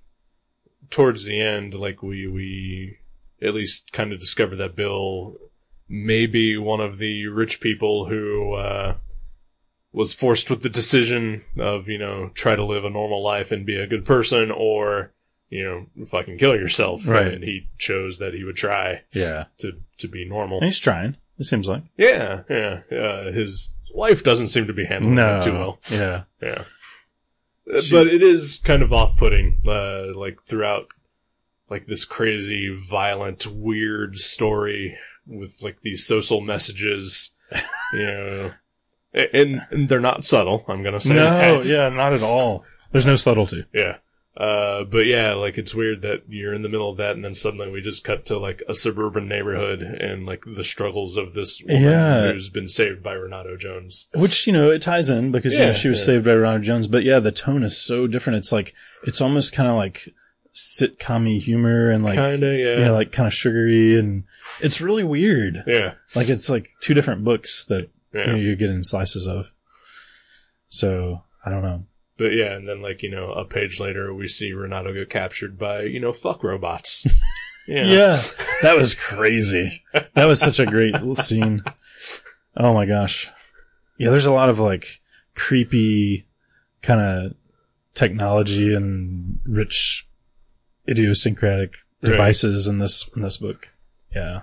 Speaker 1: towards the end, like we we at least kind of discover that Bill may be one of the rich people who uh, was forced with the decision of you know try to live a normal life and be a good person or you know fucking kill yourself.
Speaker 2: Right.
Speaker 1: And he chose that he would try
Speaker 2: Yeah.
Speaker 1: to to be normal.
Speaker 2: And he's trying. It seems like.
Speaker 1: Yeah, yeah. Uh, his wife doesn't seem to be handling it too well.
Speaker 2: Yeah.
Speaker 1: Yeah, Uh,
Speaker 2: She-
Speaker 1: but it is kind of off-putting. Uh, like throughout, like this crazy, violent, weird story with like these social messages. You know, A- and, and they're not subtle. I'm gonna say
Speaker 2: No,
Speaker 1: that.
Speaker 2: yeah, not at all. There's no subtlety.
Speaker 1: Yeah. Uh, but yeah, like it's weird that you're in the middle of that and then suddenly we just cut to like a suburban neighborhood and like the struggles of this woman
Speaker 2: Yeah.
Speaker 1: who's been saved by Renato Jones.
Speaker 2: Which, you know, it ties in because, you
Speaker 1: Yeah,
Speaker 2: know, she was
Speaker 1: yeah.
Speaker 2: saved by Ronald Jones. But yeah, the tone is so different. It's like, it's almost kind of like sitcom humor and like,
Speaker 1: Kinda, yeah.
Speaker 2: yeah, like kind of sugary and it's really weird.
Speaker 1: yeah.
Speaker 2: Like it's like two different books that
Speaker 1: Yeah.
Speaker 2: you know, you're getting slices of. So I don't know.
Speaker 1: But yeah, and then like, you know, a page later we see Renato get captured by, you know, fuck robots. yeah.
Speaker 2: that was crazy. that was such a great scene. Oh my gosh. Yeah, there's a lot of like creepy kind of technology and rich idiosyncratic
Speaker 1: Right.
Speaker 2: devices in this in this book. Yeah.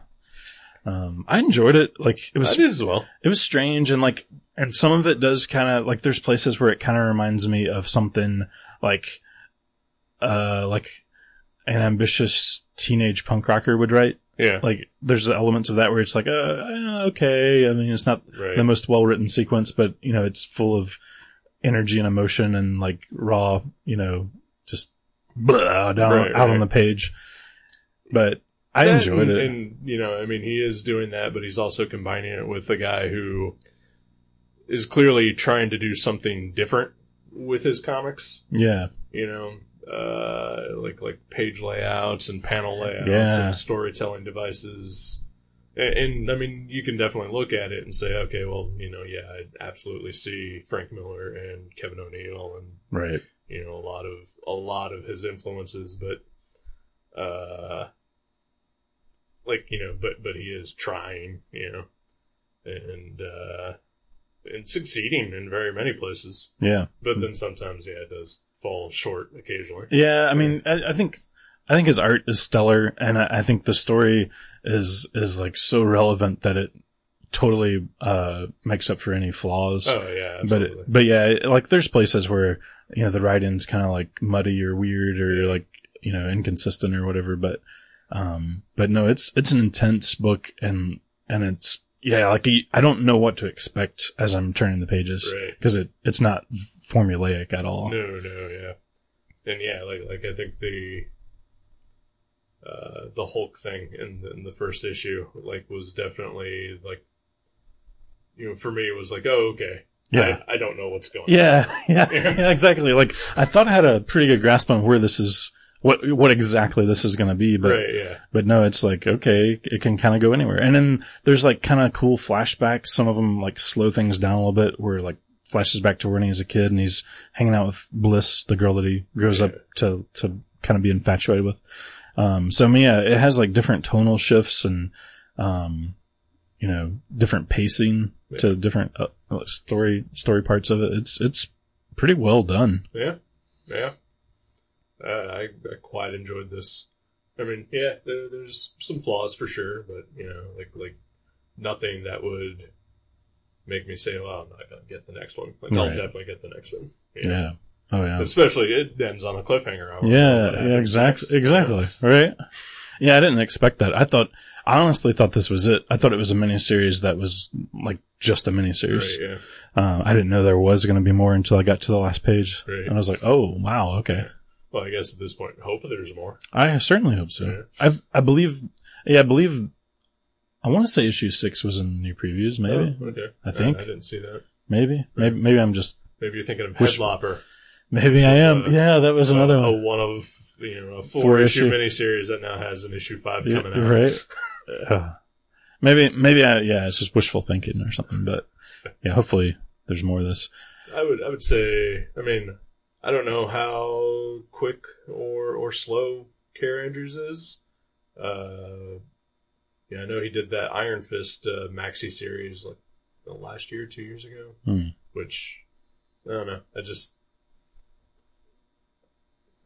Speaker 2: Um, I enjoyed it. Like it was
Speaker 1: I did as well.
Speaker 2: it was strange and like and some of it does kind of like there's places where it kind of reminds me of something like uh, like an ambitious teenage punk rocker would write.
Speaker 1: Yeah.
Speaker 2: Like there's elements of that where it's like, uh, uh, okay. I mean, it's not
Speaker 1: Right.
Speaker 2: the most well written sequence, but you know, it's full of energy and emotion and like raw, you know, just blah down
Speaker 1: Right,
Speaker 2: out
Speaker 1: right.
Speaker 2: on the page. But I
Speaker 1: That
Speaker 2: enjoyed
Speaker 1: and,
Speaker 2: it.
Speaker 1: And you know, I mean, he is doing that, but he's also combining it with a guy who is clearly trying to do something different with his comics.
Speaker 2: yeah.
Speaker 1: You know, uh, like like page layouts and panel layouts
Speaker 2: Yeah.
Speaker 1: and storytelling devices. And, and I mean, you can definitely look at it and say, okay, well, you know, yeah, I absolutely see Frank Miller and Kevin O'Neill and
Speaker 2: Right.
Speaker 1: you know a lot of a lot of his influences but uh like you know but but he is trying you know and uh and succeeding in very many places
Speaker 2: Yeah.
Speaker 1: but then sometimes yeah it does fall short occasionally
Speaker 2: Yeah, I mean, I, I think I think his art is stellar, and I, I think the story is is like so relevant that it totally uh, makes up for any flaws.
Speaker 1: oh yeah
Speaker 2: but
Speaker 1: absolutely.
Speaker 2: it, but yeah, it- like there's places where you know the writing's kind of like muddy or weird or like you know inconsistent or whatever. But um, but no, it's it's an intense book, and and it's yeah, like you- I don't know what to expect as I'm turning the pages
Speaker 1: right
Speaker 2: because it it's not formulaic at all.
Speaker 1: no no yeah and yeah like like i think the uh the hulk thing in, in the first issue like was definitely like you know for me it was like oh okay
Speaker 2: Yeah.
Speaker 1: I, I don't know what's going on.
Speaker 2: Yeah, yeah,
Speaker 1: Yeah.
Speaker 2: yeah, exactly. Like I thought I had a pretty good grasp on where this is, what what exactly this is going to be, but
Speaker 1: right, yeah.
Speaker 2: but no, it's like okay, it can kind of go anywhere. And then there's like kind of cool flashbacks. Some of them like slow things down a little bit, where like flashes back to when he was a kid and he's hanging out with Bliss, the girl that he grows up to to kind of be infatuated with. Um, so I mean, yeah, it has like different tonal shifts and um, you know, different pacing to different uh, uh, story story parts of it. It's it's pretty well done.
Speaker 1: Yeah. Yeah. Uh, I, I quite enjoyed this. I mean, yeah, there, there's some flaws for sure, but, you know, like, like nothing that would make me say, well, I'm not going to get the next one. Like, I'll
Speaker 2: Right.
Speaker 1: definitely get the next one. you
Speaker 2: Yeah.
Speaker 1: know?
Speaker 2: Oh yeah.
Speaker 1: Especially it ends on a cliffhanger. I don't know
Speaker 2: Yeah,
Speaker 1: what
Speaker 2: yeah,
Speaker 1: happens next,
Speaker 2: exactly,
Speaker 1: you know?
Speaker 2: exactly, right? Yeah, I didn't expect that. I thought, I honestly thought this was it. I thought it was a miniseries that was like just a miniseries.
Speaker 1: Right, yeah.
Speaker 2: Um, I didn't know there was going to be more until I got to the last page,
Speaker 1: Right.
Speaker 2: and I was like, "Oh, wow, okay."
Speaker 1: Well, I guess at this point, hope there's more.
Speaker 2: I certainly hope
Speaker 1: Yeah.
Speaker 2: so. I I believe, yeah, I believe. I want to say issue six was in new previews, maybe,
Speaker 1: Oh, okay.
Speaker 2: I think.
Speaker 1: I, didn't see that.
Speaker 2: maybe, maybe, maybe I'm just,
Speaker 1: Maybe you're thinking of
Speaker 2: Which-
Speaker 1: Headlopper.
Speaker 2: maybe I am. Yeah, that was another
Speaker 1: a,
Speaker 2: one.
Speaker 1: a one of you know a four,
Speaker 2: Four
Speaker 1: issue,
Speaker 2: issue.
Speaker 1: miniseries that now has an issue five
Speaker 2: Yeah,
Speaker 1: coming out.
Speaker 2: right? Uh, maybe, maybe I, yeah, it's just wishful thinking or something, but yeah, hopefully there's more of this.
Speaker 1: I would I would say I mean I don't know how quick or or slow Care Andrews is. Uh, yeah, I know he did that Iron Fist uh, maxi series like the last year, two years ago,
Speaker 2: Hmm.
Speaker 1: which I don't know. I just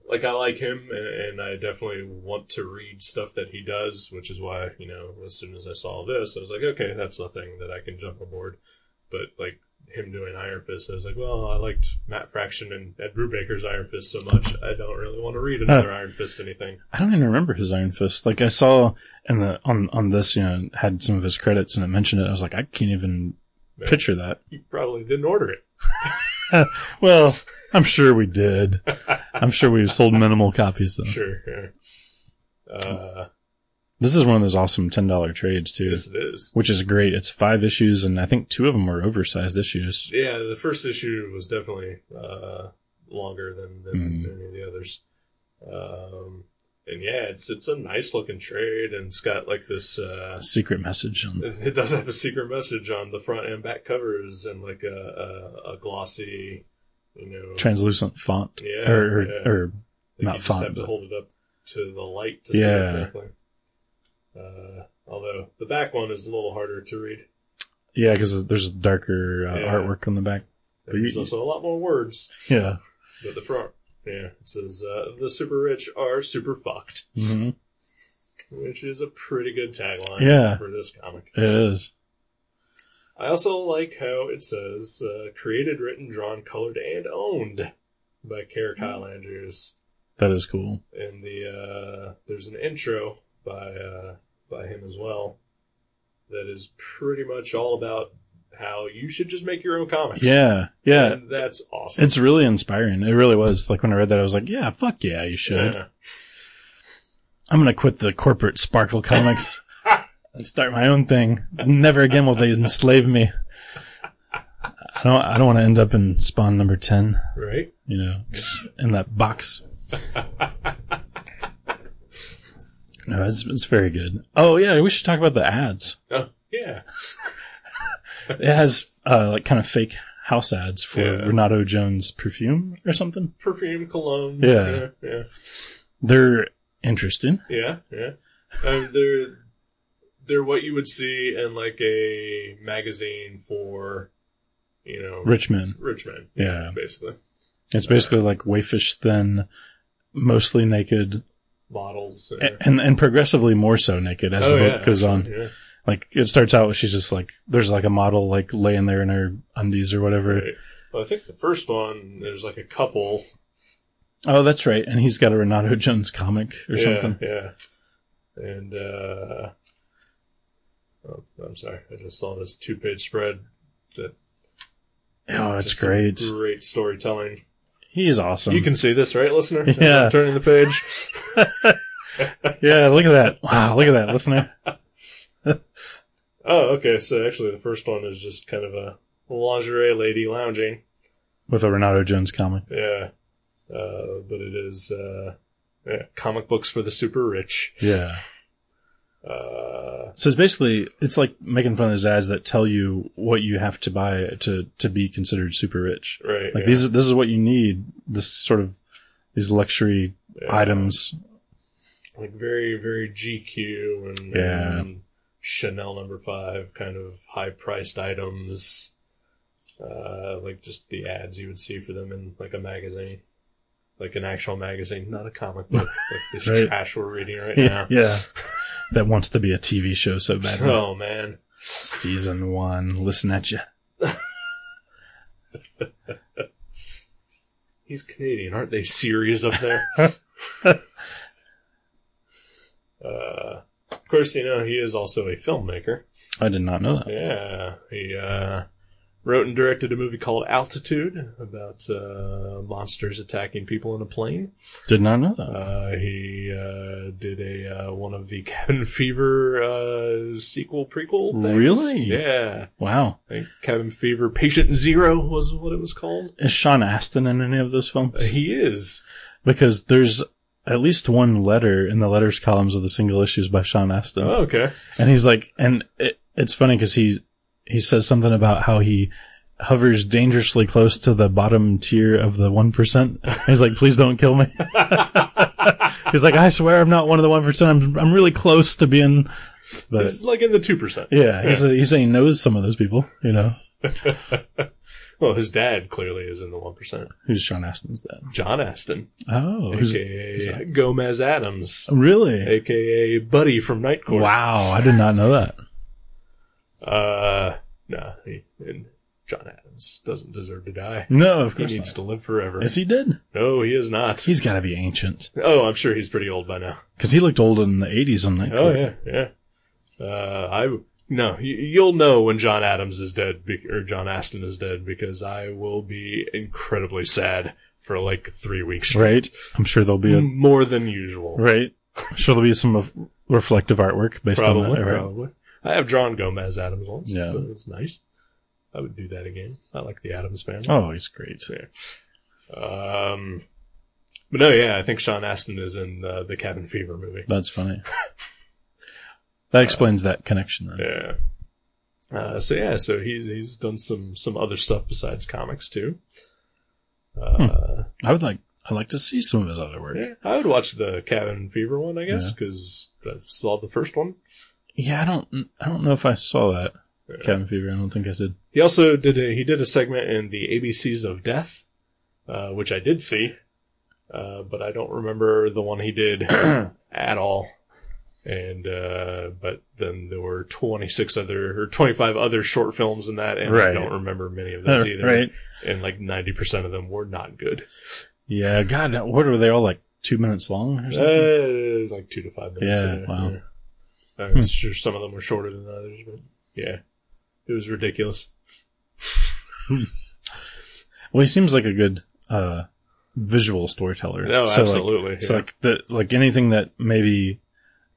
Speaker 1: like I like him, and, and I definitely want to read stuff that he does, which is why you know as soon as I saw this, I was like, okay, that's nothing that I can jump aboard. But like him doing Iron Fist, I was like, well, I liked Matt Fraction and Ed Brubaker's Iron Fist so much, I don't really want to read another Iron Fist anything.
Speaker 2: I don't even remember his Iron Fist. Like I saw in the, on, on this, you know, had some of his credits and it mentioned it. I was like, I can't even
Speaker 1: Yeah.
Speaker 2: picture that.
Speaker 1: You probably didn't order it.
Speaker 2: Well, I'm sure we did. I'm sure we've sold minimal copies though.
Speaker 1: Sure. yeah. Uh,
Speaker 2: This is one of those awesome $10 trades too,
Speaker 1: yes, it is.
Speaker 2: which is great. It's five issues and I think two of them were oversized issues.
Speaker 1: Yeah, the first issue was definitely uh, longer than, than any of the others. Um, and yeah, it's it's a nice looking trade, and it's got like this. Uh,
Speaker 2: A secret message. um, on-
Speaker 1: it does have a secret message on the front and back covers, and like a a, a glossy, you know,
Speaker 2: Translucent font
Speaker 1: yeah,
Speaker 2: or, or,
Speaker 1: yeah.
Speaker 2: or
Speaker 1: Like,
Speaker 2: not
Speaker 1: you just
Speaker 2: font,
Speaker 1: have to
Speaker 2: but-
Speaker 1: hold it up to the light to see it
Speaker 2: Yeah.
Speaker 1: correctly. Uh, although the back one is a little harder to read.
Speaker 2: Yeah, because there's darker uh,
Speaker 1: Yeah.
Speaker 2: artwork on the back. But you-
Speaker 1: There's also a lot more words.
Speaker 2: Yeah.
Speaker 1: But the front, yeah, it says uh, the super rich are super fucked,
Speaker 2: Mm-hmm.
Speaker 1: which is a pretty good tagline
Speaker 2: Yeah.
Speaker 1: for this comic.
Speaker 2: It is.
Speaker 1: I also like how it says uh, created, written, drawn, colored, and owned by Kerr Kyle Andrews.
Speaker 2: That is cool.
Speaker 1: and the uh, there's an intro by uh, by him as well that is pretty much all about how you should just make your own comics.
Speaker 2: Yeah. Yeah.
Speaker 1: And that's awesome.
Speaker 2: It's really inspiring. It really was. Like when I read that, I was like, yeah, fuck yeah, you should.
Speaker 1: Yeah.
Speaker 2: I'm going to quit the corporate Sparkle Comics and start my own thing. Never again will they enslave me. I don't, I don't want to end up in spawn number 10,
Speaker 1: right.
Speaker 2: you know, in that box. No, it's, it's very good. Oh yeah, we should talk about the ads.
Speaker 1: Oh, yeah.
Speaker 2: It has, uh, like kind of fake house ads for
Speaker 1: Yeah.
Speaker 2: Renato Jones perfume or something.
Speaker 1: Perfume, cologne.
Speaker 2: Yeah.
Speaker 1: Yeah. Yeah.
Speaker 2: They're interesting.
Speaker 1: Yeah. yeah. Um, they're they're what you would see in like a magazine for you know
Speaker 2: Rich men.
Speaker 1: rich men.
Speaker 2: Yeah.
Speaker 1: Basically,
Speaker 2: It's basically like waifish thin, mostly naked,
Speaker 1: models.
Speaker 2: a- and and progressively more so naked as the book goes on.
Speaker 1: Oh, Yeah.
Speaker 2: Like it starts out, she's just like there's like a model like laying there in her undies or whatever.
Speaker 1: Right. Well, I think the first one there's like a couple
Speaker 2: Oh, that's right, and he's got a Renato Jones comic or
Speaker 1: yeah,
Speaker 2: something.
Speaker 1: Yeah. And uh oh, I'm sorry, I just saw this two page spread.
Speaker 2: Oh, it's
Speaker 1: Just some
Speaker 2: great.
Speaker 1: Great storytelling.
Speaker 2: He's awesome.
Speaker 1: you can see this, right, listener?
Speaker 2: Yeah.
Speaker 1: I'm turning the page.
Speaker 2: yeah, look at that. Wow, look at that, listener.
Speaker 1: Oh, okay. So actually the first one is just kind of a lingerie lady lounging.
Speaker 2: With a Renato Jones comic.
Speaker 1: Yeah. Uh, but it is uh, yeah, comic books for the super rich.
Speaker 2: Yeah.
Speaker 1: Uh,
Speaker 2: So it's basically it's like making fun of those ads that tell you what you have to buy to to be considered super rich.
Speaker 1: right.
Speaker 2: Like
Speaker 1: yeah,
Speaker 2: these, this is what you need. This sort of these luxury
Speaker 1: yeah.
Speaker 2: items.
Speaker 1: like very very GQ and,
Speaker 2: Yeah.
Speaker 1: and Chanel number five kind of high priced items, uh, like just the ads you would see for them in like a magazine, like an actual magazine, not a comic book, like this
Speaker 2: Right.
Speaker 1: trash we're reading right
Speaker 2: Yeah,
Speaker 1: now.
Speaker 2: yeah. that wants to be a TV show so bad.
Speaker 1: Oh man,
Speaker 2: Season one, listen at you.
Speaker 1: he's Canadian, aren't they serious up there? uh, of course, you know he is also a filmmaker.
Speaker 2: I did not know that.
Speaker 1: Yeah, he uh, wrote and directed a movie called Altitude about uh, monsters attacking people in a plane.
Speaker 2: Did not know that.
Speaker 1: Uh, he uh, did a uh, one of the Cabin Fever uh, sequel prequel. Things.
Speaker 2: Really?
Speaker 1: Yeah,
Speaker 2: Wow.
Speaker 1: I think Cabin Fever Patient Zero was what it was called.
Speaker 2: Is Sean Astin in any of those
Speaker 1: Uh,
Speaker 2: films?
Speaker 1: he is.
Speaker 2: Because there's at least one letter in the letters columns of the single issues by Sean Astin.
Speaker 1: Oh, okay.
Speaker 2: And he's like, and it, it's funny because he he says something about how he hovers dangerously close to the bottom tier of the one percent. He's like, please don't kill me. he's like, I swear I'm not one of the one percent. I'm I'm really close to being, but
Speaker 1: He's like in the two percent.
Speaker 2: yeah, he's he's saying he knows some of those people. You know,
Speaker 1: Well, his dad clearly is in the one percent.
Speaker 2: who's Sean Astin's dad?
Speaker 1: John Aston,
Speaker 2: Oh, who's,
Speaker 1: aka Gomez Adams,
Speaker 2: really?
Speaker 1: aka Buddy from Night Court.
Speaker 2: Wow, I did not know that.
Speaker 1: Uh, no, he, and John Adams doesn't deserve to die.
Speaker 2: No, of
Speaker 1: He
Speaker 2: course
Speaker 1: needs
Speaker 2: not.
Speaker 1: to live forever.
Speaker 2: Is he dead?
Speaker 1: No, he is not.
Speaker 2: He's got to be ancient
Speaker 1: oh, I'm sure he's pretty old by now.
Speaker 2: because he looked old in the '80s on that.
Speaker 1: Oh yeah, yeah. Uh, I no, you, you'll know when John Adams is dead be, or John Aston is dead because I will be incredibly sad for like three weeks,
Speaker 2: right. I'm sure there'll be a
Speaker 1: More than usual,
Speaker 2: Right. I'm sure there'll be some of reflective artwork based on
Speaker 1: Probably,
Speaker 2: that. Right?
Speaker 1: probably. I have drawn Gomez Adams once.
Speaker 2: Yeah.
Speaker 1: Yeah, so it's nice. I would do that again. I like the Adams family.
Speaker 2: Oh, he's great.
Speaker 1: Um, but no, yeah, I think Sean Astin is in uh, the Cabin Fever movie.
Speaker 2: That's funny. that explains that connection. Then.
Speaker 1: Yeah. Uh, so yeah, so he's he's done some some other stuff besides comics too. Uh,
Speaker 2: I would like I'd like to see some of his other work. Yeah,
Speaker 1: yeah, I would watch the Cabin Fever one, I guess,
Speaker 2: Hmm. Yeah.
Speaker 1: because I saw the first one.
Speaker 2: I don't I don't know if I saw that
Speaker 1: Yeah.
Speaker 2: Cabin Fever. I don't think I did.
Speaker 1: He also did a, he did a segment in the ABCs of Death, uh, which I did see, uh, but I don't remember the one he did at all. And uh, but then there were 26 other or 25 other short films in that, and
Speaker 2: Right. Uh,
Speaker 1: I don't remember many of those either.
Speaker 2: right.
Speaker 1: And like 90% of them were not good.
Speaker 2: Yeah. God, what were they all like? two minutes long or something.
Speaker 1: Uh, like two to five minutes.
Speaker 2: Yeah, wow.
Speaker 1: I'm
Speaker 2: Hmm.
Speaker 1: sure Uh, some of them were shorter than others, but yeah, it was ridiculous.
Speaker 2: well, he seems like a good uh, visual storyteller.
Speaker 1: No,
Speaker 2: So, like,
Speaker 1: absolutely.
Speaker 2: It's
Speaker 1: yeah.
Speaker 2: like the like anything that maybe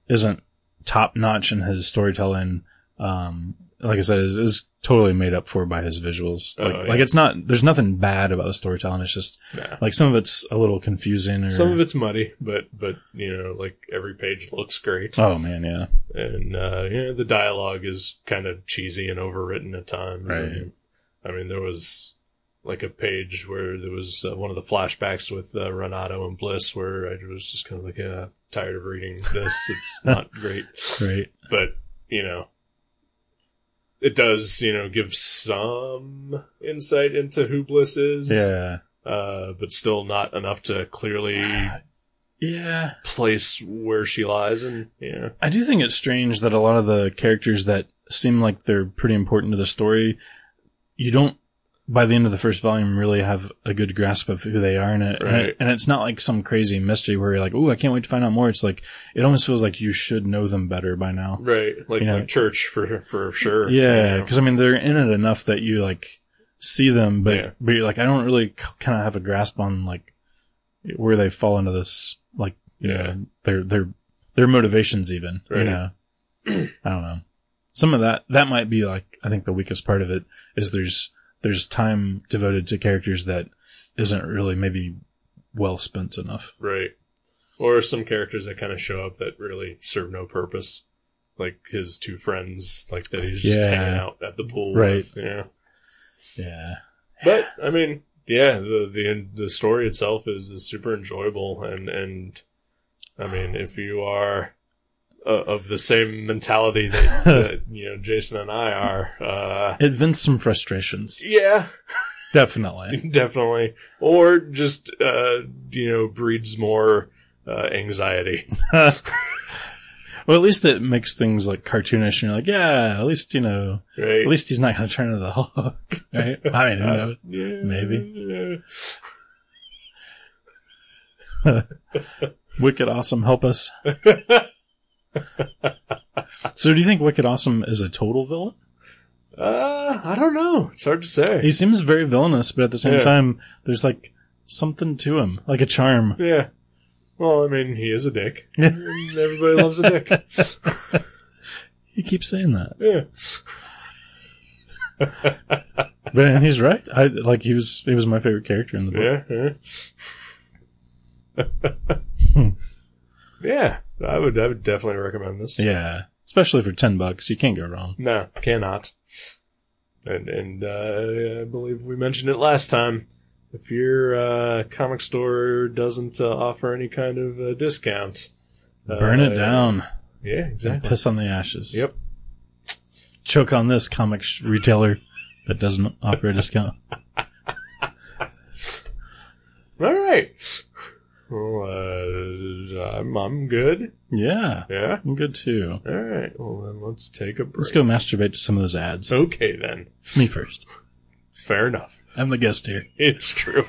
Speaker 2: isn't top notch in his storytelling. Um, like I said, is, is totally made up for by his visuals.
Speaker 1: Oh,
Speaker 2: Like,
Speaker 1: yeah.
Speaker 2: like it's not. There's nothing bad about the storytelling. It's just
Speaker 1: Nah.
Speaker 2: like some of it's a little confusing. Or
Speaker 1: some of it's muddy, but but you know, like every page looks great,
Speaker 2: Oh man, yeah.
Speaker 1: and uh, you know, the dialogue is kind of cheesy and overwritten at times.
Speaker 2: Right.
Speaker 1: And, I mean, there was like a page where there was uh, one of the flashbacks with uh, Renato and Bliss, where I was just kind of like, yeah, tired of reading this. It's not great.
Speaker 2: Right.
Speaker 1: but you know it does you know give some insight into who bliss is
Speaker 2: Yeah.
Speaker 1: uh but still not enough to clearly
Speaker 2: Yeah.
Speaker 1: place where she lies and yeah
Speaker 2: I do think it's strange that a lot of the characters that seem like they're pretty important to the story, you don't by the end of the first volume really have a good grasp of who they are in it. And,
Speaker 1: Right.
Speaker 2: it, and it's not like some crazy mystery where you're like, "Ooh, I can't wait to find out more." It's like it almost feels like you should know them better by now.
Speaker 1: right like,
Speaker 2: You know-
Speaker 1: like church for for sure
Speaker 2: Yeah,
Speaker 1: you know.
Speaker 2: because I mean they're in it enough that you like see them, but
Speaker 1: Yeah.
Speaker 2: but you're like, I don't really kind of have a grasp on like where they fall into this, like you
Speaker 1: Yeah.
Speaker 2: know, their their their motivations, even you
Speaker 1: Right.
Speaker 2: know. I don't know. Some of that that might be like I think the weakest part of it is there's there's time devoted to characters that isn't really maybe well spent enough.
Speaker 1: right or some characters that kind of show up that really serve no purpose like his two friends like that he's just
Speaker 2: Yeah.
Speaker 1: hanging out at the pool
Speaker 2: Right.
Speaker 1: with yeah
Speaker 2: Yeah.
Speaker 1: But I mean, yeah, the the the story itself is, is super enjoyable, and and I mean, if you are uh, of the same mentality that, that you know Jason and I are, uh,
Speaker 2: It vents some frustrations.
Speaker 1: yeah,
Speaker 2: Definitely.
Speaker 1: definitely, or just uh, you know breeds more uh, anxiety.
Speaker 2: well, at least it makes things like cartoonish and you're like, yeah, at least, you know,
Speaker 1: Right?
Speaker 2: at least he's not going to turn into the Hulk, right? I mean, who
Speaker 1: Uh,
Speaker 2: knows?
Speaker 1: yeah,
Speaker 2: Maybe.
Speaker 1: yeah.
Speaker 2: Wicked Awesome, help us. so do you think Wicked Awesome is a total villain?
Speaker 1: Uh, I don't know. It's hard to say.
Speaker 2: He seems very villainous, but at the same
Speaker 1: Yeah.
Speaker 2: time, there's like something to him, like a charm.
Speaker 1: yeah. Well, I mean, he is a dick.
Speaker 2: Yeah.
Speaker 1: And Everybody loves a dick.
Speaker 2: He keeps saying that.
Speaker 1: Yeah.
Speaker 2: But and he's right. I like he was he was my favorite character in the book.
Speaker 1: Yeah.
Speaker 2: Hmm.
Speaker 1: Yeah. yeah. I would I would definitely recommend this.
Speaker 2: Yeah. Especially for 10 bucks, you can't go wrong.
Speaker 1: No, cannot. And and uh, I believe we mentioned it last time. If your uh, comic store doesn't uh, offer any kind of uh, discount,
Speaker 2: Burn
Speaker 1: uh,
Speaker 2: it down.
Speaker 1: Yeah,
Speaker 2: and
Speaker 1: exactly.
Speaker 2: Piss on the ashes.
Speaker 1: Yep.
Speaker 2: choke on this comic sh- retailer that doesn't offer a discount.
Speaker 1: All right. Well, uh, I'm I'm good.
Speaker 2: Yeah,
Speaker 1: Yeah.
Speaker 2: I'm good too.
Speaker 1: All right. Well, then let's take a break.
Speaker 2: Let's go masturbate to some of those ads.
Speaker 1: Okay, then.
Speaker 2: Me first.
Speaker 1: Fair enough.
Speaker 2: I'm the guest here.
Speaker 1: It's true.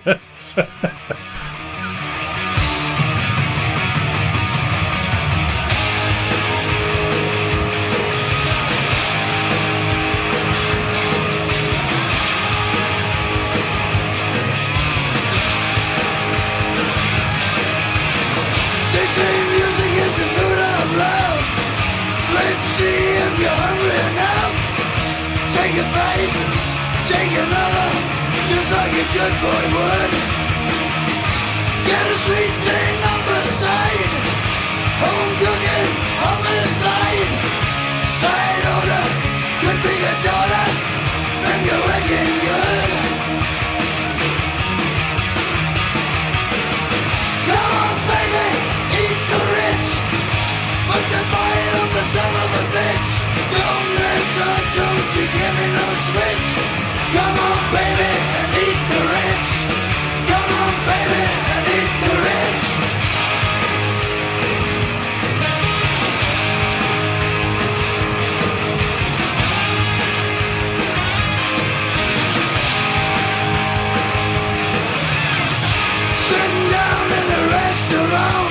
Speaker 3: They say music is the food of love. Let's see if you're hungry enough. Take a bite, take another, just like a good boy would. Get a sweet thing on the side. Home cooking on the side. Side order could be your daughter. And you're looking good. Come on, baby, eat the rich. But the bite of the son of a bitch. Don't listen, don't you give me no switch. Come on, baby, and eat the rich. Come on, baby, and eat the rich.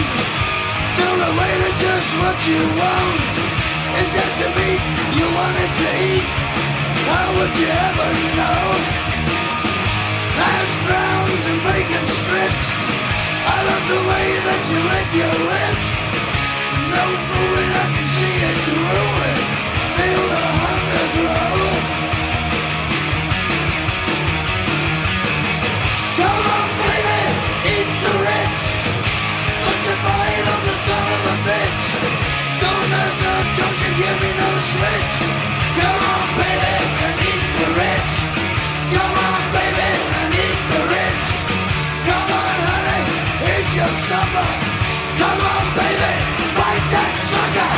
Speaker 3: the way to just what you want Is that the meat you wanted to eat? How would you ever know? Hash browns and bacon strips I love the way that you lick your lips No fooling, I can see it drooling Feel the hunger grow Come on, baby, eat the rich Look the bite of the son of a bitch Don't mess up, don't you give me no switch Come on, baby, and eat the rich Come on, baby, and eat the rich Come on, honey, here's your supper Come on, baby, fight that sucker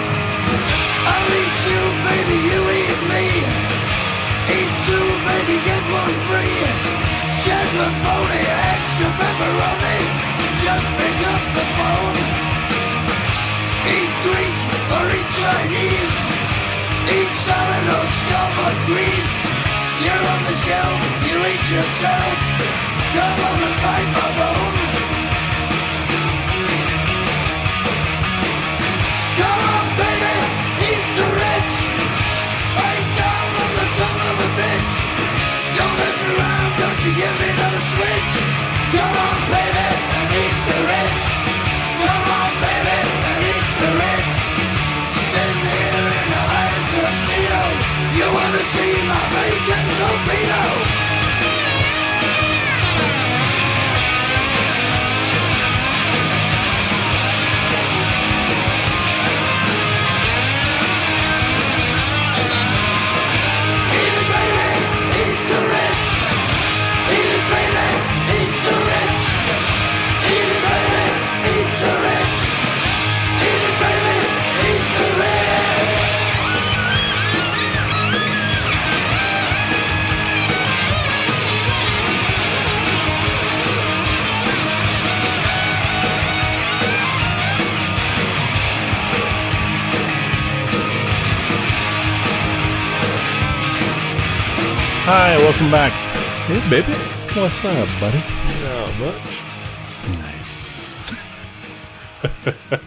Speaker 3: I'll eat you, baby, you eat me. Eat two, baby, get one free. Shed bologna, extra pepperoni. Just pick up the phone. Eat Greek or eat Chinese. Eat salad or scum or grease. You're on the shelf, you eat yourself. Come on and fight my bone. Come on, baby, eat the rich. Bite down on the son of a bitch. Don't mess around, don't you give me no switch. Come on, baby, and eat the rich. Come on, baby, and eat the rich. Sitting here in a high tuxedo. You wanna see my bacon torpedo? Eat it, baby, eat the rich. Eat it, baby, eat the rich. Eat it, baby, eat the rich. Eat it, baby, eat the rich.
Speaker 2: Hi, welcome back. Hey, baby. What's up, buddy?
Speaker 1: Not much.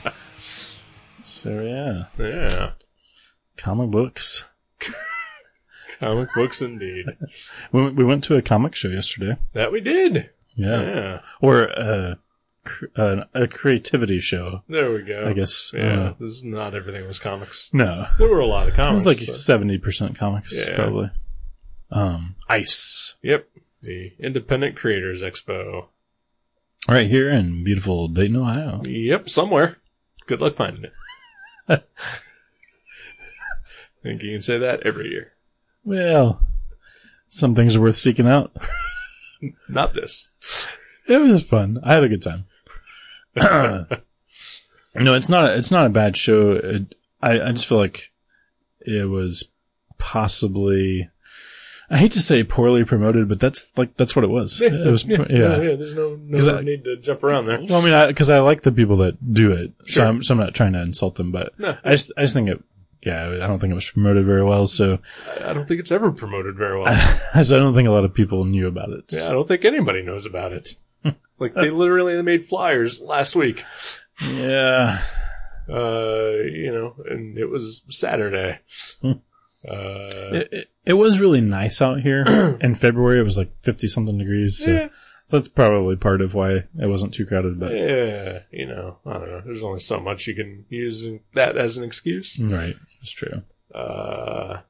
Speaker 2: Nice. so, yeah.
Speaker 1: Yeah.
Speaker 2: Comic books.
Speaker 1: Comic books indeed.
Speaker 2: We, we went to a comic show yesterday.
Speaker 1: That we did.
Speaker 2: Yeah.
Speaker 1: Yeah.
Speaker 2: Or a, cr- an a creativity show,
Speaker 1: There we go.
Speaker 2: I guess.
Speaker 1: Yeah.
Speaker 2: Uh,
Speaker 1: This is not everything was comics.
Speaker 2: no.
Speaker 1: There were a lot of
Speaker 2: It
Speaker 1: comics.
Speaker 2: was like
Speaker 1: but-
Speaker 2: 70% comics,
Speaker 1: Yeah.
Speaker 2: probably. Um, Ice.
Speaker 1: Yep. The Independent Creators Expo.
Speaker 2: Right here in beautiful Dayton, Ohio.
Speaker 1: Yep, somewhere. Good luck finding it. I think you can say that every year.
Speaker 2: Well, some things are worth seeking out.
Speaker 1: Not this.
Speaker 2: It was fun. I had a good time. no, it's not. A, it's not a bad show. It, I I just feel like it was possibly. I hate to say poorly promoted, but that's like that's what it was. it was yeah.
Speaker 1: yeah. There's no,
Speaker 2: 'Cause
Speaker 1: no
Speaker 2: I-
Speaker 1: need to jump around there.
Speaker 2: Well, I mean, because I, like the people that do it,
Speaker 1: Sure.
Speaker 2: so, I'm, so I'm not trying to insult them, but
Speaker 1: No.
Speaker 2: I just I just think it. Yeah, I don't think it was promoted very well, so
Speaker 1: I I don't think it's ever promoted very well.
Speaker 2: I just- I don't think a lot of people knew about it.
Speaker 1: Yeah, I don't think anybody knows about it. like they literally made flyers last week.
Speaker 2: yeah.
Speaker 1: Uh, you know, and it was Saturday. uh,
Speaker 2: It, it, it was really nice out here in February. It was like fifty something degrees. So,
Speaker 1: yeah,
Speaker 2: so that's probably part of why it wasn't too crowded. But
Speaker 1: yeah, you know, I don't know. There's only so much you can use in- that as an excuse.
Speaker 2: right, it's true.
Speaker 1: Uh,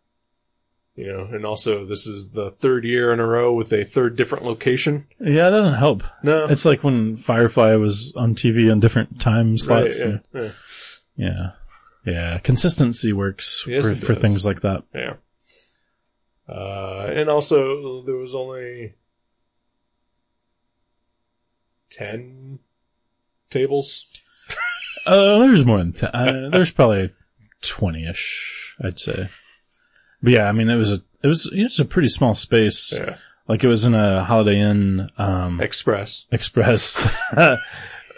Speaker 1: you know, and also this is the third year in a row with a third different location.
Speaker 2: Yeah, it doesn't help.
Speaker 1: No,
Speaker 2: It's like when Firefly was on TV on different time
Speaker 1: right,
Speaker 2: slots.
Speaker 1: yeah, yeah.
Speaker 2: yeah. Yeah, consistency works
Speaker 1: Yes,
Speaker 2: for,
Speaker 1: it
Speaker 2: for
Speaker 1: does.
Speaker 2: things like that.
Speaker 1: Yeah. Uh, and also, there was only 10 tables.
Speaker 2: Uh, there's more than 10. Uh, there's probably 20 ish, I'd say. But yeah, I mean, it was a, it was, it was a pretty small space.
Speaker 1: Yeah.
Speaker 2: Like it was in a Holiday Inn, um,
Speaker 1: Express.
Speaker 2: Express.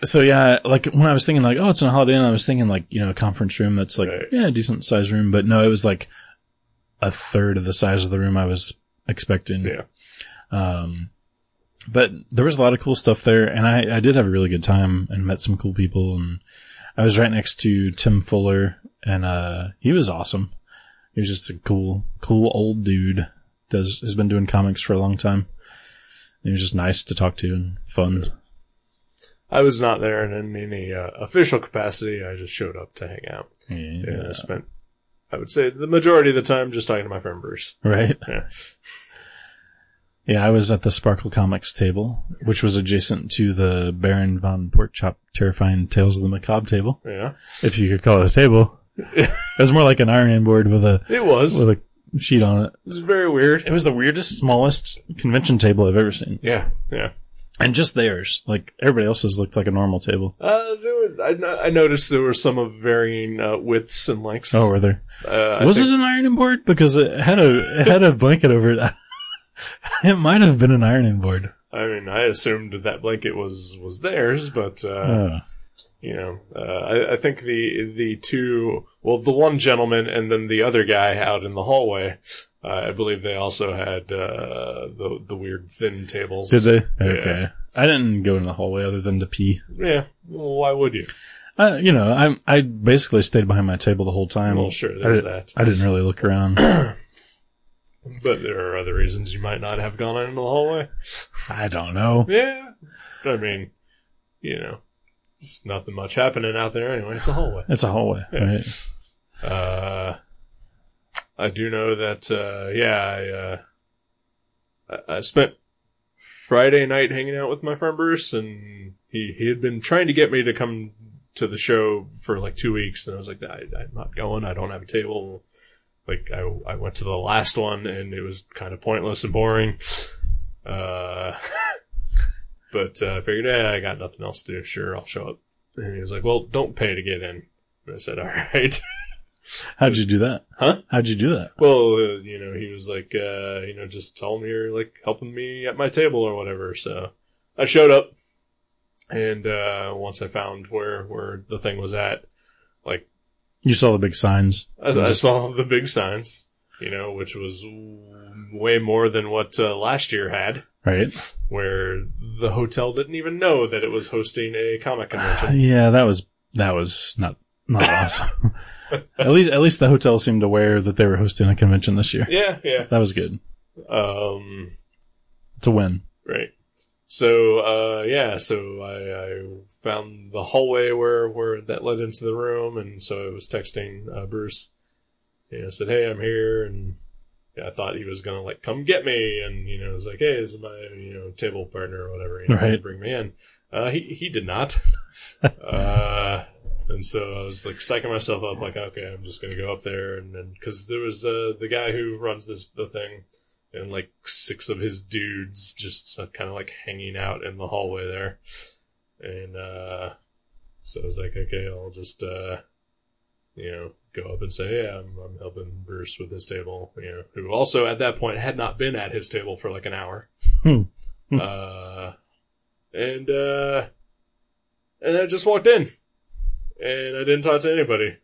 Speaker 2: so yeah, like when I was thinking like, oh, it's in a Holiday Inn, I was thinking like, you know, a conference room that's like,
Speaker 1: Right.
Speaker 2: yeah, decent size room. But no, it was like a third of the size of the room I was expecting.
Speaker 1: Yeah.
Speaker 2: Um, but there was a lot of cool stuff there, and I, I did have a really good time and met some cool people. And I was right next to Tim Fuller, and uh, he was awesome. He was just a cool, cool old dude. Does has been doing comics for a long time. He was just nice to talk to and fun.
Speaker 1: I was not there in any uh, official capacity. I just showed up to hang out.
Speaker 2: Yeah.
Speaker 1: And I spent, I would say, the majority of the time just talking to my friend Bruce.
Speaker 2: Right.
Speaker 1: Yeah.
Speaker 2: Yeah, I was at the Sparkle Comics table, which was adjacent to the Baron von Portchop Terrifying Tales of the Macabre table.
Speaker 1: Yeah.
Speaker 2: if you could call it a table. it was more like an ironing board with a
Speaker 1: It was.
Speaker 2: with a sheet on it.
Speaker 1: It was very weird.
Speaker 2: It was the weirdest, smallest convention table I've ever seen,
Speaker 1: Yeah. Yeah.
Speaker 2: and just theirs. Like everybody else's looked like a normal table.
Speaker 1: Uh, there were, I, no- I noticed there were some of varying uh, widths and lengths.
Speaker 2: Oh, were there?
Speaker 1: uh, I
Speaker 2: was
Speaker 1: think-
Speaker 2: it an ironing board? Because it had a it had a blanket over it. it might have been an ironing board.
Speaker 1: I mean, I assumed that blanket was was theirs, but uh,
Speaker 2: Oh.
Speaker 1: you know, uh, I, I think the the two, well, the one gentleman and then the other guy out in the hallway. Uh, I believe they also had uh, the the weird thin tables.
Speaker 2: Did they? Okay. I didn't go in the hallway other than to pee.
Speaker 1: Yeah. Well, why would you?
Speaker 2: Uh, you know, I I basically stayed behind my table the whole time.
Speaker 1: well, sure,
Speaker 2: Um, I,
Speaker 1: there's
Speaker 2: di-
Speaker 1: that.
Speaker 2: I didn't really look around.
Speaker 1: But there are other reasons you might not have gone out into the hallway.
Speaker 2: I don't know.
Speaker 1: Yeah. I mean, you know, there's nothing much happening out there anyway. It's a hallway.
Speaker 2: It's a hallway,
Speaker 1: Yeah.
Speaker 2: right?
Speaker 1: Uh, I do know that. Uh, yeah, I, uh, I I spent Friday night hanging out with my friend Bruce, and he he had been trying to get me to come to the show for like two weeks, and I was like, I, I'm not going. I don't have a table. Like I I went to the last one, and it was kind of pointless and boring. Uh. But uh, I figured, eh, I got nothing else to do. Sure, I'll show up. And he was like, "Well, don't pay to get in." And I said, "All right."
Speaker 2: How'd you do that?
Speaker 1: Huh?
Speaker 2: How'd you do that?
Speaker 1: Well, uh, you know, he was like, uh, you know, just tell him you're like helping me at my table or whatever. So I showed up, and uh, once I found where where the thing was at,
Speaker 2: You saw the big signs.
Speaker 1: I, I saw the big signs, you know, which was w- way more than what uh, last year had,
Speaker 2: Right.
Speaker 1: where the hotel didn't even know that it was hosting a comic convention.
Speaker 2: Yeah, that was that was not not awesome. at least at least the hotel seemed aware that they were hosting a convention this year.
Speaker 1: yeah, yeah.
Speaker 2: That was good.
Speaker 1: Um,
Speaker 2: It's a win.
Speaker 1: Right. So uh, yeah, so I, I found the hallway where where that led into the room, and so I was texting uh, Bruce. You know, said, "Hey, I'm here," and yeah, I thought he was gonna like come get me, and you know, I was like, "Hey, this is my you know table partner or whatever, you know,
Speaker 2: Right.
Speaker 1: bring me in." Uh, he he did not. uh, and so I was like psyching myself up, like, "Okay, I'm just gonna go up there," and then because there was uh, the guy who runs this the thing and like six of his dudes just kind of like hanging out in the hallway there. And uh, so I was like, okay, I'll just uh, you know go up and say, yeah, I'm, I'm helping Bruce with his table. You know, who also at that point had not been at his table for like an hour.
Speaker 2: Hmm. Hmm.
Speaker 1: uh, and uh, and I just walked in, and I didn't talk to anybody.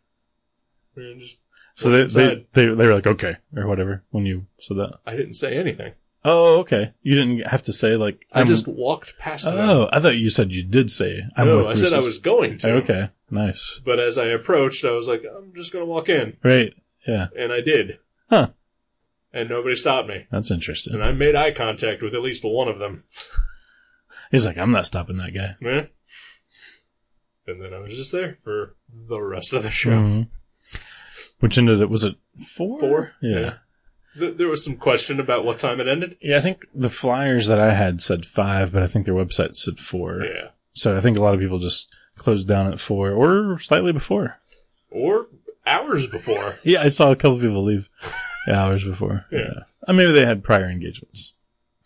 Speaker 1: And just
Speaker 2: So they, they they they were like okay or whatever when you said that.
Speaker 1: I didn't say anything.
Speaker 2: Oh, okay. You didn't have to say like
Speaker 1: I
Speaker 2: I'm-
Speaker 1: just walked past them.
Speaker 2: Oh, I thought you said you did say. I'm
Speaker 1: no,
Speaker 2: with
Speaker 1: I said I was
Speaker 2: Bruce's."
Speaker 1: going to.
Speaker 2: Okay, nice.
Speaker 1: But as I approached, I was like, I'm just going to walk in.
Speaker 2: Right. Yeah,
Speaker 1: And I did.
Speaker 2: Huh.
Speaker 1: And nobody stopped me.
Speaker 2: that's interesting.
Speaker 1: And I made eye contact with at least one of them.
Speaker 2: He's like, I'm not stopping that guy.
Speaker 1: Eh? And then I was just there for the rest of the show.
Speaker 2: Mhm. Which ended it was it four?
Speaker 1: Four?
Speaker 2: Yeah. Hmm.
Speaker 1: Th- there was some question about what time it ended.
Speaker 2: Yeah, I think the flyers that I had said five, but I think their website said four.
Speaker 1: Yeah.
Speaker 2: So I think a lot of people just closed down at four or slightly before.
Speaker 1: Or hours before.
Speaker 2: Yeah, I saw a couple people leave hours before.
Speaker 1: Yeah.
Speaker 2: Uh, maybe they had prior engagements,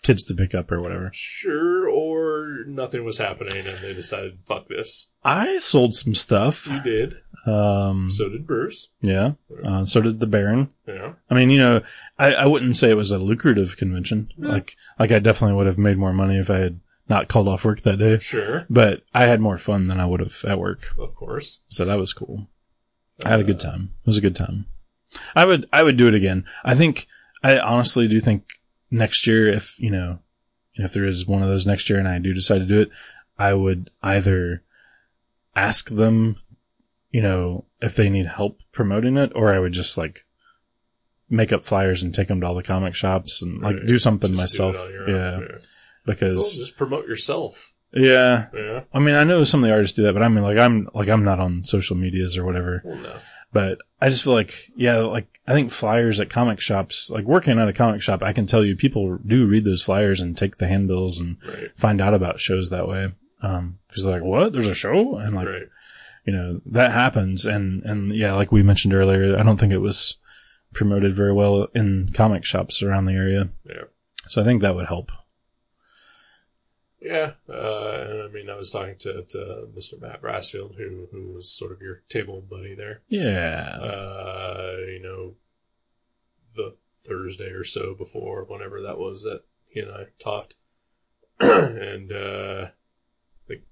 Speaker 2: kids to pick up or whatever.
Speaker 1: Sure, or nothing was happening and they decided, fuck this.
Speaker 2: I sold some stuff.
Speaker 1: You did.
Speaker 2: Um,
Speaker 1: So did Bruce.
Speaker 2: yeah. Uh, so did the Baron.
Speaker 1: Yeah.
Speaker 2: I mean, you know, I, I wouldn't say it was a lucrative convention.
Speaker 1: No.
Speaker 2: Like, like I definitely would have made more money if I had not called off work that day.
Speaker 1: Sure.
Speaker 2: But I had more fun than I would have at work,
Speaker 1: Of course.
Speaker 2: so that was cool. I had a good time. It was a good time. I would, I would do it again. I think, I honestly do think next year, if you know, if there is one of those next year, and I do decide to do it, I would either ask them, you know, if they need help promoting it, or I would just like make up flyers and take them to all the comic shops and like
Speaker 1: Right.
Speaker 2: do something
Speaker 1: Just do it
Speaker 2: myself.
Speaker 1: on your own,
Speaker 2: yeah,
Speaker 1: yeah. Well,
Speaker 2: because
Speaker 1: just promote yourself.
Speaker 2: yeah,
Speaker 1: Yeah.
Speaker 2: I mean, I know some of the artists do that, but I mean, like I'm like I'm not on social medias or whatever
Speaker 1: Well, no.
Speaker 2: but I just feel like, yeah, like I think flyers at comic shops, like working at a comic shop, I can tell you people do read those flyers and take the handbills and
Speaker 1: Right.
Speaker 2: find out about shows that way. Um, cause they're like, what? There's a show? And like,
Speaker 1: right.
Speaker 2: you know, that happens. And, and yeah, like we mentioned earlier, I don't think it was promoted very well in comic shops around the area.
Speaker 1: Yeah.
Speaker 2: So I think that would help.
Speaker 1: Yeah, uh, and I mean, I was talking to, to Mr. Matt Brassfield, who who was sort of your table buddy there.
Speaker 2: Yeah.
Speaker 1: Uh, you know, the Thursday or so before, whenever that was, that he and I talked, and uh, like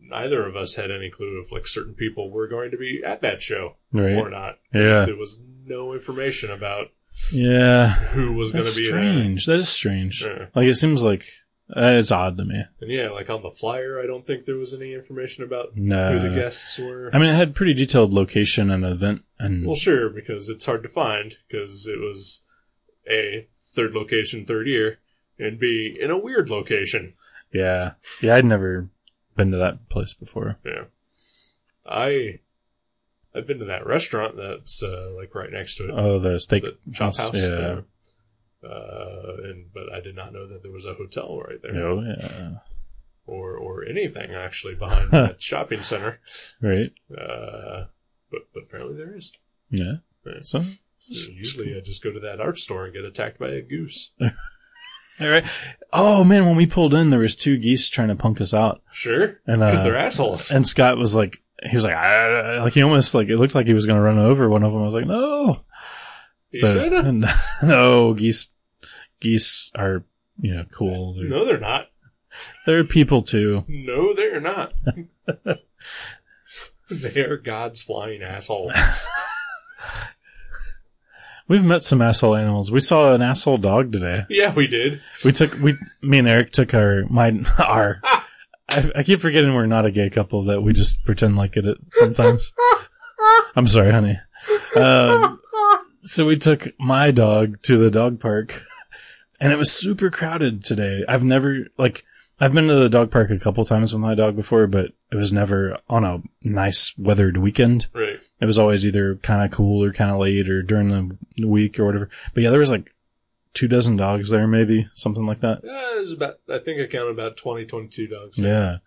Speaker 1: neither of us had any clue if like certain people were going to be at that show or
Speaker 2: Right.
Speaker 1: not.
Speaker 2: Yeah.
Speaker 1: There was no information about
Speaker 2: Yeah.
Speaker 1: who was going
Speaker 2: That's
Speaker 1: to be
Speaker 2: strange. That is strange.
Speaker 1: there. Yeah.
Speaker 2: Like it seems like uh, it's odd to me.
Speaker 1: And yeah, like on the flyer, I don't think there was any information about
Speaker 2: No.
Speaker 1: who the guests were.
Speaker 2: Uh, I mean, it had pretty detailed location and event, and
Speaker 1: well, sure, because it's hard to find because it was a third location, third year, and B in a weird location.
Speaker 2: yeah, yeah, I'd never been to that place before.
Speaker 1: Yeah, I I've been to that restaurant that's uh, like right next to it,
Speaker 2: Oh, the steak
Speaker 1: the chop house.
Speaker 2: yeah,
Speaker 1: yeah. Uh, and but I did not know that there was a hotel right there,
Speaker 2: oh yeah,
Speaker 1: or or anything actually behind that shopping center.
Speaker 2: right,
Speaker 1: Uh, but but apparently there is.
Speaker 2: yeah.
Speaker 1: Right.
Speaker 2: So,
Speaker 1: So usually I just go to that art store and get attacked by a goose.
Speaker 2: all right. Oh man, when we pulled in, there was two geese trying to punk us out,
Speaker 1: Sure.
Speaker 2: and
Speaker 1: Because
Speaker 2: uh,
Speaker 1: they're assholes.
Speaker 2: and Scott was like, he was like, "Ah," like he almost like it looked like he was going to run over one of them. I was like, no.
Speaker 1: You should've.
Speaker 2: no, geese, geese are you know cool. They're,
Speaker 1: no, they're not.
Speaker 2: they're people too.
Speaker 1: No, they're not. they are God's flying asshole.
Speaker 2: We've met some asshole animals. We saw an asshole dog today.
Speaker 1: Yeah, we did.
Speaker 2: We took we me and Eric took our my our. I, I keep forgetting we're not a gay couple that we just pretend like it sometimes. I'm sorry, honey. Um, so we took my dog to the dog park, and it was super crowded today. I've never like I've been to the dog park a couple times with my dog before, but it was never on a nice weathered weekend
Speaker 1: Right.
Speaker 2: it was always either kind of cool or kind of late or during the week or whatever. But yeah, there was like two dozen dogs there, maybe something like that.
Speaker 1: Yeah, it was about, I think I counted about 20, 22 dogs.
Speaker 2: Yeah.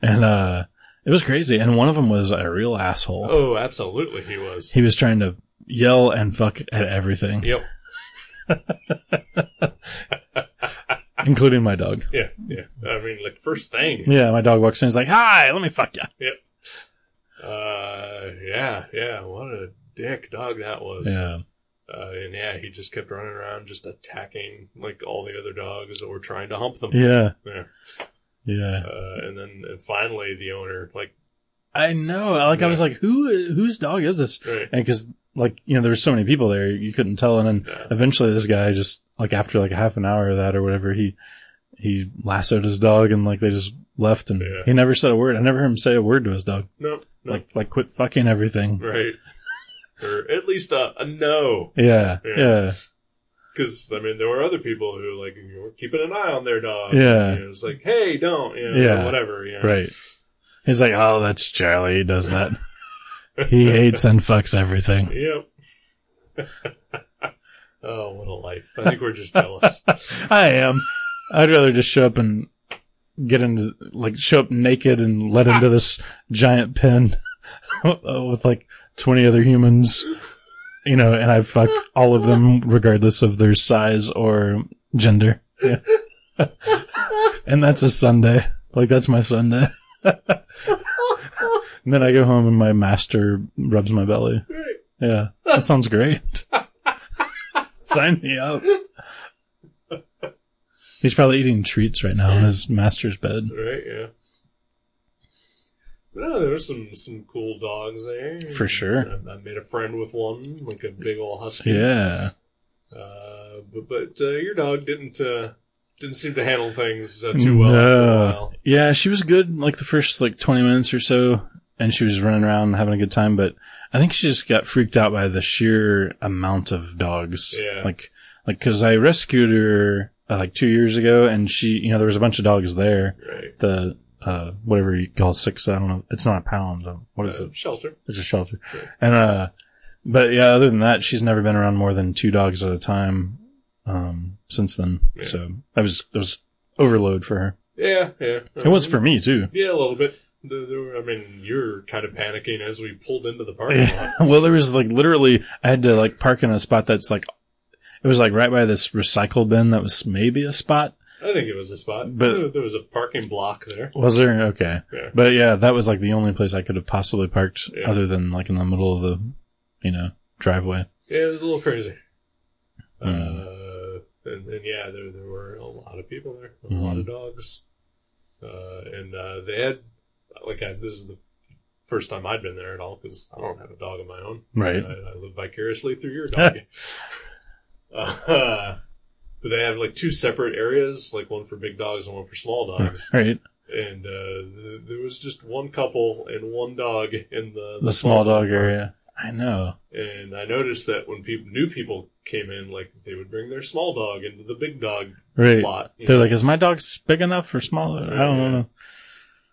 Speaker 2: And, uh, it was crazy. And one of them was a real asshole.
Speaker 1: Oh, absolutely he was.
Speaker 2: He was trying to yell and fuck at everything,
Speaker 1: Yep.
Speaker 2: including my dog.
Speaker 1: Yeah. Yeah. I mean, like, first thing.
Speaker 2: Yeah. My dog walks in. He's like, hi, let me fuck ya.
Speaker 1: Uh, yeah. Yeah. What a dick dog that was.
Speaker 2: Yeah.
Speaker 1: Uh, and yeah, he just kept running around, just attacking like all the other dogs that were trying to hump them.
Speaker 2: Yeah.
Speaker 1: Yeah.
Speaker 2: Yeah.
Speaker 1: Uh, and then and finally, the owner, like,
Speaker 2: I know. Like, I was like, who, whose dog is this?
Speaker 1: right,
Speaker 2: And cause like, you know, there were so many people there, you couldn't tell. And then
Speaker 1: yeah,
Speaker 2: eventually this guy just like after like a half an hour of that or whatever he he lassoed his dog and like they just left and
Speaker 1: Yeah.
Speaker 2: he never said a word i never heard him say a word to his dog
Speaker 1: no, no,
Speaker 2: like like quit fucking everything
Speaker 1: right, or at least a, a no,
Speaker 2: yeah
Speaker 1: Yeah.
Speaker 2: yeah
Speaker 1: because I mean, there were other people who like you were keeping an eye on their dog.
Speaker 2: Yeah.
Speaker 1: you know, it was like, hey, don't, you know,
Speaker 2: Yeah.
Speaker 1: whatever, you know.
Speaker 2: right he's like oh that's charlie he does that he hates and fucks everything
Speaker 1: Yep. oh, what a life! I think we're just jealous.
Speaker 2: i am i'd rather just show up and get into like show up naked and let into this giant pen with like 20 other humans, you know, and I fuck all of them regardless of their size or gender. Yeah. and that's a Sunday. Like that's my Sunday. and then I go home and my master rubs my belly.
Speaker 1: Great.
Speaker 2: Yeah. That sounds great. Sign me up. He's probably eating treats right now in his master's bed.
Speaker 1: Right, yeah. But no, there were some some cool dogs there.
Speaker 2: For sure.
Speaker 1: I, I made a friend with one, like a big old husky.
Speaker 2: Yeah.
Speaker 1: Uh, but but uh, your dog didn't uh, didn't seem to handle things uh, too well.
Speaker 2: No.
Speaker 1: After a while.
Speaker 2: Yeah, she was good like the first like 20 minutes or so and she was running around having a good time, but I think she just got freaked out by the sheer amount of dogs.
Speaker 1: Yeah.
Speaker 2: Like like cuz I rescued her uh, like 2 years ago and she, you know, there was a bunch of dogs there.
Speaker 1: Right.
Speaker 2: The uh whatever you call it, six, I don't know. It's not a pound. um, What is
Speaker 1: Uh,
Speaker 2: it?
Speaker 1: Shelter.
Speaker 2: It's a shelter.
Speaker 1: Sure.
Speaker 2: And uh but yeah, other than that, she's never been around more than two dogs at a time um since then.
Speaker 1: Yeah.
Speaker 2: So that was that was overload for her.
Speaker 1: Yeah, yeah.
Speaker 2: It was for me too.
Speaker 1: Yeah, a little bit. There, there were, I mean, you're kind of panicking as we pulled into the parking lot.
Speaker 2: Yeah. Well, there was like literally, I had to like park in a spot that's like, it was like right by this recycle bin that was maybe a spot.
Speaker 1: I think it was a spot,
Speaker 2: But-
Speaker 1: there, there was a parking block there.
Speaker 2: Was there? Okay.
Speaker 1: Yeah.
Speaker 2: But yeah, that was like the only place I could have possibly parked
Speaker 1: Yeah.
Speaker 2: other than like in the middle of the, you know, driveway.
Speaker 1: Yeah, it was a little crazy.
Speaker 2: Mm.
Speaker 1: Uh, and, and yeah, there there were a lot of people there, a
Speaker 2: Mhm.
Speaker 1: lot of dogs, uh, and uh, they had like I, this is the first time I'd been there at all because I don't have a dog of my own.
Speaker 2: Right.
Speaker 1: I, I live vicariously through your dog. uh, but they have like two separate areas, like one for big dogs and one for small dogs.
Speaker 2: Right.
Speaker 1: and uh, th- there was just one couple and one dog in the
Speaker 2: The small dog
Speaker 1: part.
Speaker 2: area. I know.
Speaker 1: And I noticed that when people new people came in, like they would bring their small dog into the big dog
Speaker 2: Right.
Speaker 1: lot. you
Speaker 2: They're
Speaker 1: know.
Speaker 2: like, is my dog big enough or small? I don't
Speaker 1: Yeah.
Speaker 2: know.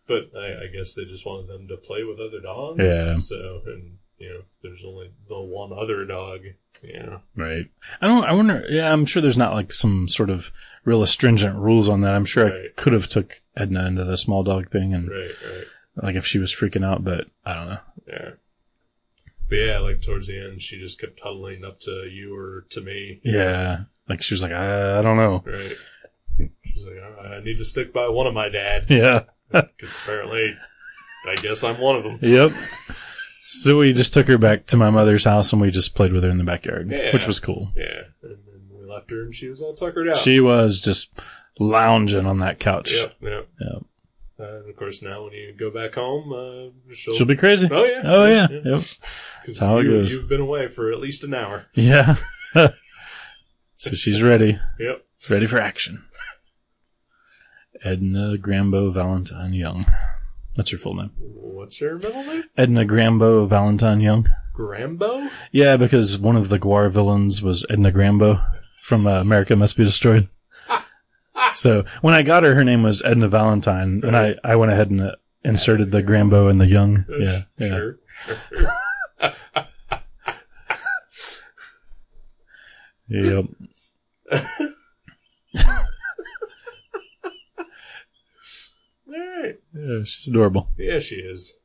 Speaker 1: but I, I guess they just wanted them to play with other dogs.
Speaker 2: Yeah.
Speaker 1: So and you know, if there's only the one other dog, yeah.
Speaker 2: Right. I don't, I wonder, yeah, I'm sure there's not like some sort of real astringent rules on that. I'm sure I
Speaker 1: Right.
Speaker 2: could have took Edna into the small dog thing and
Speaker 1: Right, right.
Speaker 2: like if she was freaking out, but I don't know.
Speaker 1: Yeah. But yeah, like towards the end she just kept huddling up to you or to me.
Speaker 2: Yeah. Like she was like, I, I don't know.
Speaker 1: Right. She's like, All right, I need to stick by one of my dads.
Speaker 2: Yeah.
Speaker 1: Because apparently, I guess I'm one of them.
Speaker 2: Yep. so we just took her back to my mother's house and we just played with her in the backyard,
Speaker 1: Yeah.
Speaker 2: which was cool.
Speaker 1: Yeah. And then we left her and she was all tuckered out.
Speaker 2: She was just lounging on that couch.
Speaker 1: Yep, yep.
Speaker 2: Yep.
Speaker 1: Uh, and of course, now when you go back home, uh, she'll,
Speaker 2: She'll be crazy.
Speaker 1: Oh, yeah.
Speaker 2: Oh yeah. Yep.
Speaker 1: 'Cause
Speaker 2: how it
Speaker 1: you,
Speaker 2: goes.
Speaker 1: You've been away for at least an hour.
Speaker 2: Yeah. so she's ready.
Speaker 1: Yep.
Speaker 2: Ready for action. Edna Grambo Valentine Young. That's your full name.
Speaker 1: What's her middle name?
Speaker 2: Edna Grambo Valentine Young.
Speaker 1: Grambo?
Speaker 2: Yeah, because one of the Guar villains was Edna Grambo from uh, America Must Be Destroyed. So when I got her, her name was Edna Valentine, and I, I went ahead and uh, inserted the Grambo and the Young.
Speaker 1: Uh,
Speaker 2: Yeah, yeah.
Speaker 1: Sure.
Speaker 2: Yep.
Speaker 1: All right.
Speaker 2: Yeah, she's adorable.
Speaker 1: Yeah, she is.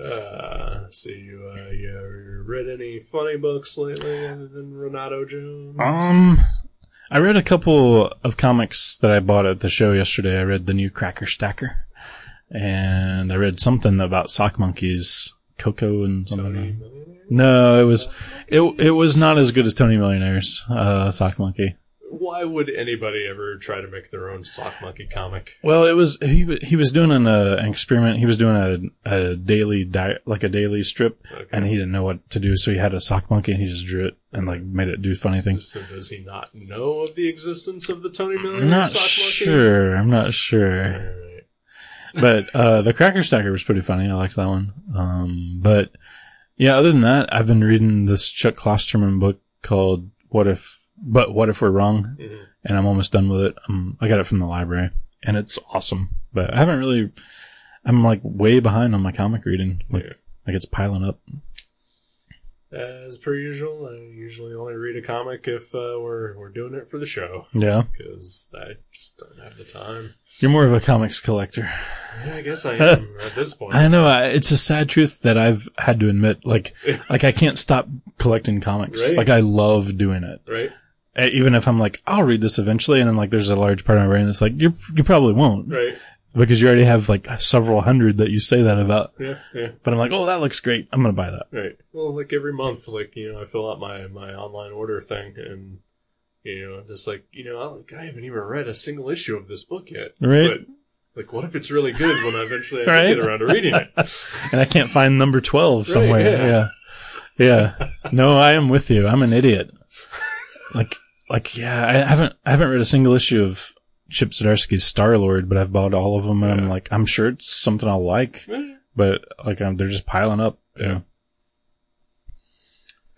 Speaker 1: Uh, so you, uh, you read any funny books lately other than Renato Jones?
Speaker 2: Um, I read a couple of comics that I bought at the show yesterday. I read the new Cracker Stacker, and I read something about sock monkeys, Coco, and something.
Speaker 1: Tony Millionaire?
Speaker 2: No, it was it it was not as good as Tony Millionaire's uh, Sock Monkey.
Speaker 1: Why would anybody ever try to make their own sock monkey comic?
Speaker 2: Well, it was he wa- he was doing an, uh, an experiment. He was doing a a daily di- like a daily strip,
Speaker 1: Okay.
Speaker 2: and he didn't know what to do, so he had a sock monkey and he just drew it and like made it do funny things.
Speaker 1: So does he not know of the existence of the Tony Miller
Speaker 2: I'm not
Speaker 1: sock monkey?
Speaker 2: sure. I'm not sure.
Speaker 1: Alright.
Speaker 2: but uh, the Cracker Stacker was pretty funny. I liked that one. Um, but yeah, other than that, I've been reading this Chuck Klosterman book called "What If," but "What If We're Wrong,"
Speaker 1: Mhm.
Speaker 2: and I'm almost done with it. Um, I got it from the library, and it's awesome. But I haven't really. I'm like way behind on my comic reading. Like,
Speaker 1: Yeah.
Speaker 2: like it's piling up.
Speaker 1: As per usual, I usually only read a comic if uh, we're we're doing it for the show
Speaker 2: Yeah.
Speaker 1: because I just don't have the time.
Speaker 2: You're more of a comics collector.
Speaker 1: Yeah, I guess I am at this point.
Speaker 2: I know. I, it's a sad truth that I've had to admit. Like, like I can't stop collecting comics.
Speaker 1: Right.
Speaker 2: Like I love doing it.
Speaker 1: right?
Speaker 2: Uh, Even if I'm like, I'll read this eventually, and then like, there's a large part of my brain that's like, you you probably won't,
Speaker 1: Right?
Speaker 2: because you already have like several hundred that you say that about.
Speaker 1: Yeah, yeah,
Speaker 2: But I'm like, oh, that looks great. I'm gonna buy that.
Speaker 1: right. Well, like every month, like you know, I fill out my my online order thing, and you know, I'm just like you know, I, like, I haven't even read a single issue of this book yet.
Speaker 2: Right.
Speaker 1: But, like, what if it's really good when I eventually
Speaker 2: Right.
Speaker 1: get around to reading it?
Speaker 2: and I can't find number 12
Speaker 1: Right,
Speaker 2: somewhere. yeah. Yeah. No, I am with you. I'm an idiot. Like, like, yeah, I haven't, I haven't read a single issue of Chip Zdarsky's Star Lord, but I've bought all of them and I'm
Speaker 1: Yeah.
Speaker 2: like, I'm sure it's something I'll like,
Speaker 1: Eh,
Speaker 2: but like, I'm, they're just piling up. you
Speaker 1: Yeah.
Speaker 2: know.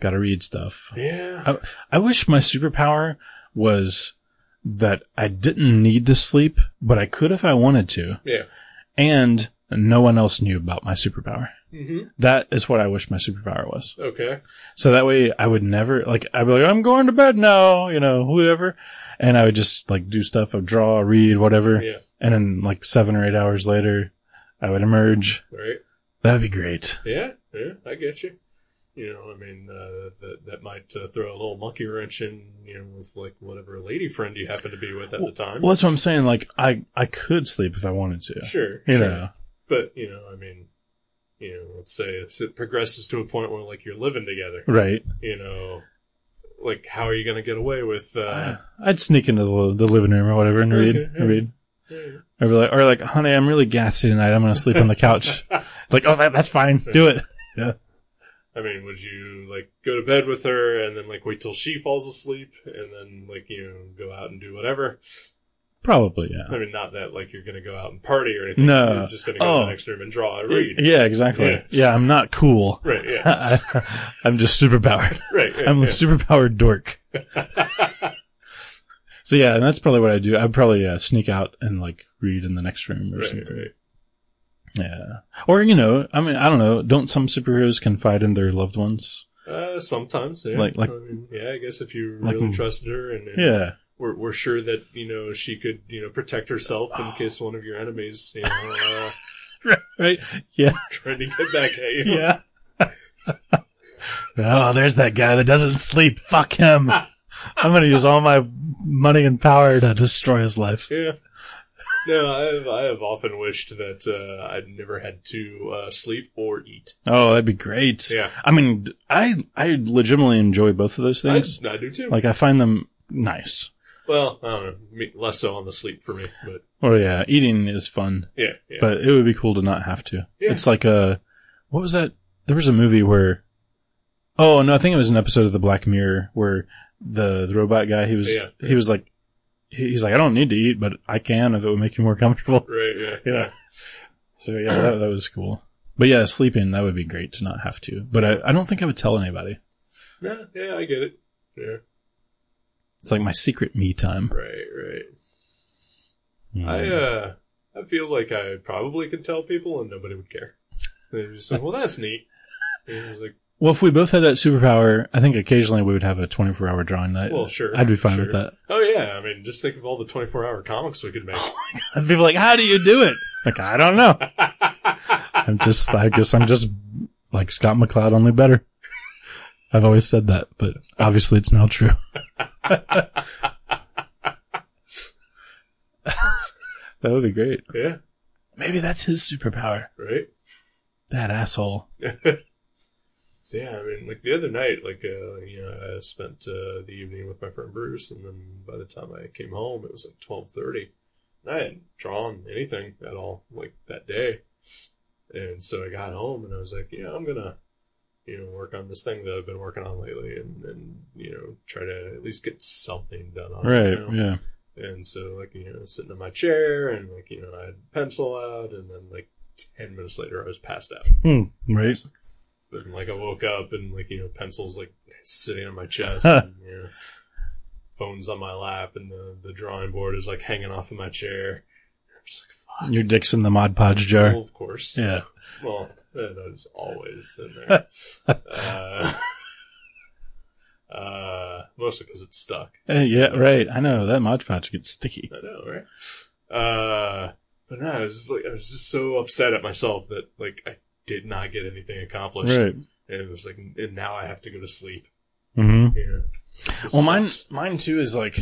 Speaker 2: Gotta read stuff.
Speaker 1: Yeah.
Speaker 2: I wish my superpower was that I didn't need to sleep, but I could if I wanted to.
Speaker 1: Yeah.
Speaker 2: And no one else knew about my superpower.
Speaker 1: hmm
Speaker 2: That is what I wish my superpower was.
Speaker 1: Okay.
Speaker 2: So that way I would never, like, I'd be like, I'm going to bed now, you know, whatever. And I would just, like, do stuff, I'd draw, read, whatever.
Speaker 1: Yeah.
Speaker 2: And then, like, seven or eight hours later, I would emerge.
Speaker 1: Right.
Speaker 2: That'd be great.
Speaker 1: Yeah, yeah, I get you. You know, I mean, uh, that that might uh, throw a little monkey wrench in, you know, with like whatever lady friend you happen to be with at the time.
Speaker 2: Well, that's what I'm saying. Like, I, I could sleep if I wanted to.
Speaker 1: Sure,
Speaker 2: You
Speaker 1: sure.
Speaker 2: know,
Speaker 1: but you know, I mean, you know, let's say it's- it progresses to a point where like you're living together.
Speaker 2: right.
Speaker 1: You know, like how are you going to get away with?
Speaker 2: Ah.
Speaker 1: Uh,
Speaker 2: I'd sneak into the, the living room or whatever and read,
Speaker 1: Okay, yeah.
Speaker 2: read.
Speaker 1: yeah,
Speaker 2: I'd be like, or like, honey, I'm really gassy tonight. I'm going to sleep on the couch. like, oh, that, that's fine. Do it.
Speaker 1: I mean, would you like go to bed with her and then like wait till she falls asleep and then like you know go out and do whatever?
Speaker 2: Probably, yeah.
Speaker 1: I mean, not that like you're going to go out and party or anything.
Speaker 2: No.
Speaker 1: you're just going to go to
Speaker 2: Oh.
Speaker 1: the next room and draw and read.
Speaker 2: Yeah, exactly. Yeah,
Speaker 1: Yeah.
Speaker 2: I'm not cool.
Speaker 1: Right, yeah,
Speaker 2: I, am just superpowered.
Speaker 1: right. Yeah,
Speaker 2: I'm a
Speaker 1: yeah.
Speaker 2: superpowered dork. So yeah, and that's probably what I do. I'd probably uh, sneak out and like read in the next room or
Speaker 1: Right,
Speaker 2: something.
Speaker 1: right.
Speaker 2: Yeah, or you know, I mean, I don't know. Don't some superheroes confide in their loved ones?
Speaker 1: Uh, sometimes, yeah.
Speaker 2: Like- like-
Speaker 1: I mean, yeah, I guess if you
Speaker 2: Like-
Speaker 1: really trusted her and, and
Speaker 2: Yeah,
Speaker 1: we're, we're sure that, you know, she could, you know, protect herself in case one of your enemies, you know, uh,
Speaker 2: right. Yeah,
Speaker 1: trying to get back at you.
Speaker 2: yeah. oh, there's that guy that doesn't sleep. Fuck him. I'm gonna use all my money and power to destroy his life.
Speaker 1: Yeah. No, I have, I have often wished that uh, I'd never had to uh, sleep or eat.
Speaker 2: Oh, that'd be great.
Speaker 1: Yeah.
Speaker 2: I mean, I I legitimately enjoy both of those
Speaker 1: I,
Speaker 2: things.
Speaker 1: I do too.
Speaker 2: Like I find them nice.
Speaker 1: well, I don't know. me- Less so on the sleep for me, but
Speaker 2: Or yeah, eating is fun,
Speaker 1: yeah. yeah.
Speaker 2: but it would be cool to not have to.
Speaker 1: Yeah.
Speaker 2: It's like a what was that? There was a movie where oh no, I think it was an episode of the Black Mirror where the, the robot guy he was
Speaker 1: Yeah.
Speaker 2: he was like he- he's like I don't need to eat, but I can if it would make you more comfortable.
Speaker 1: right, yeah.
Speaker 2: You know. So yeah, that, that was cool. But yeah, sleeping that would be great to not have to. But I, I don't think I would tell anybody.
Speaker 1: No, yeah, I get it. Yeah.
Speaker 2: It's like my secret me time.
Speaker 1: Right, right. I
Speaker 2: Mm.
Speaker 1: uh, I feel like I probably could tell people and nobody would care. They were just like, "Well, that's neat." And I was like,
Speaker 2: Well, if we both had that superpower, I think occasionally we would have a 24 hour drawing night.
Speaker 1: Well, sure,
Speaker 2: I'd be fine with
Speaker 1: sure.
Speaker 2: that.
Speaker 1: "Oh yeah, I mean, just think of all the twenty-four hour comics we could make."
Speaker 2: And people are like, how do you do it? Like, I don't know. I'm just, I guess I'm just like Scott McCloud, only better. I've always said that, but obviously it's now true. that would be great.
Speaker 1: yeah,
Speaker 2: Maybe that's his superpower.
Speaker 1: right.
Speaker 2: That asshole.
Speaker 1: So yeah, I mean, like the other night, like uh, you know, I spent uh, the evening with my friend Bruce, and then by the time I came home, it was like twelve thirty, and I hadn't drawn anything at all like that day, and so I got home and I was like, yeah, I'm gonna, you know, work on this thing that I've been working on lately, and and you know, try to at least get something done on it.
Speaker 2: Right.
Speaker 1: you know?
Speaker 2: Yeah.
Speaker 1: And so, like, you know, sitting in my chair and, like, you know, I had a pencil out, and then, like, 10 minutes later, I was passed out.
Speaker 2: Hmm, right.
Speaker 1: And, like, I woke up and, like, you know, pencil's, like, sitting on my chest, and, you know, phone's on my lap, and the, the drawing board is, like, hanging off of my chair. I'm just like, fuck.
Speaker 2: Your dick's in the Mod Podge jar.
Speaker 1: Well, of course.
Speaker 2: Yeah.
Speaker 1: Well, that is always in there. uh, Uh, mostly because it's stuck.
Speaker 2: Eh, yeah, right. I know that Mod Podge gets sticky.
Speaker 1: I know, right? Uh, but no, I was just like, I was just so upset at myself that like I did not get anything accomplished,
Speaker 2: Right.
Speaker 1: and it was like, and now I have to go to sleep.
Speaker 2: Mm-hmm.
Speaker 1: Yeah.
Speaker 2: Well, mine, mine too is like,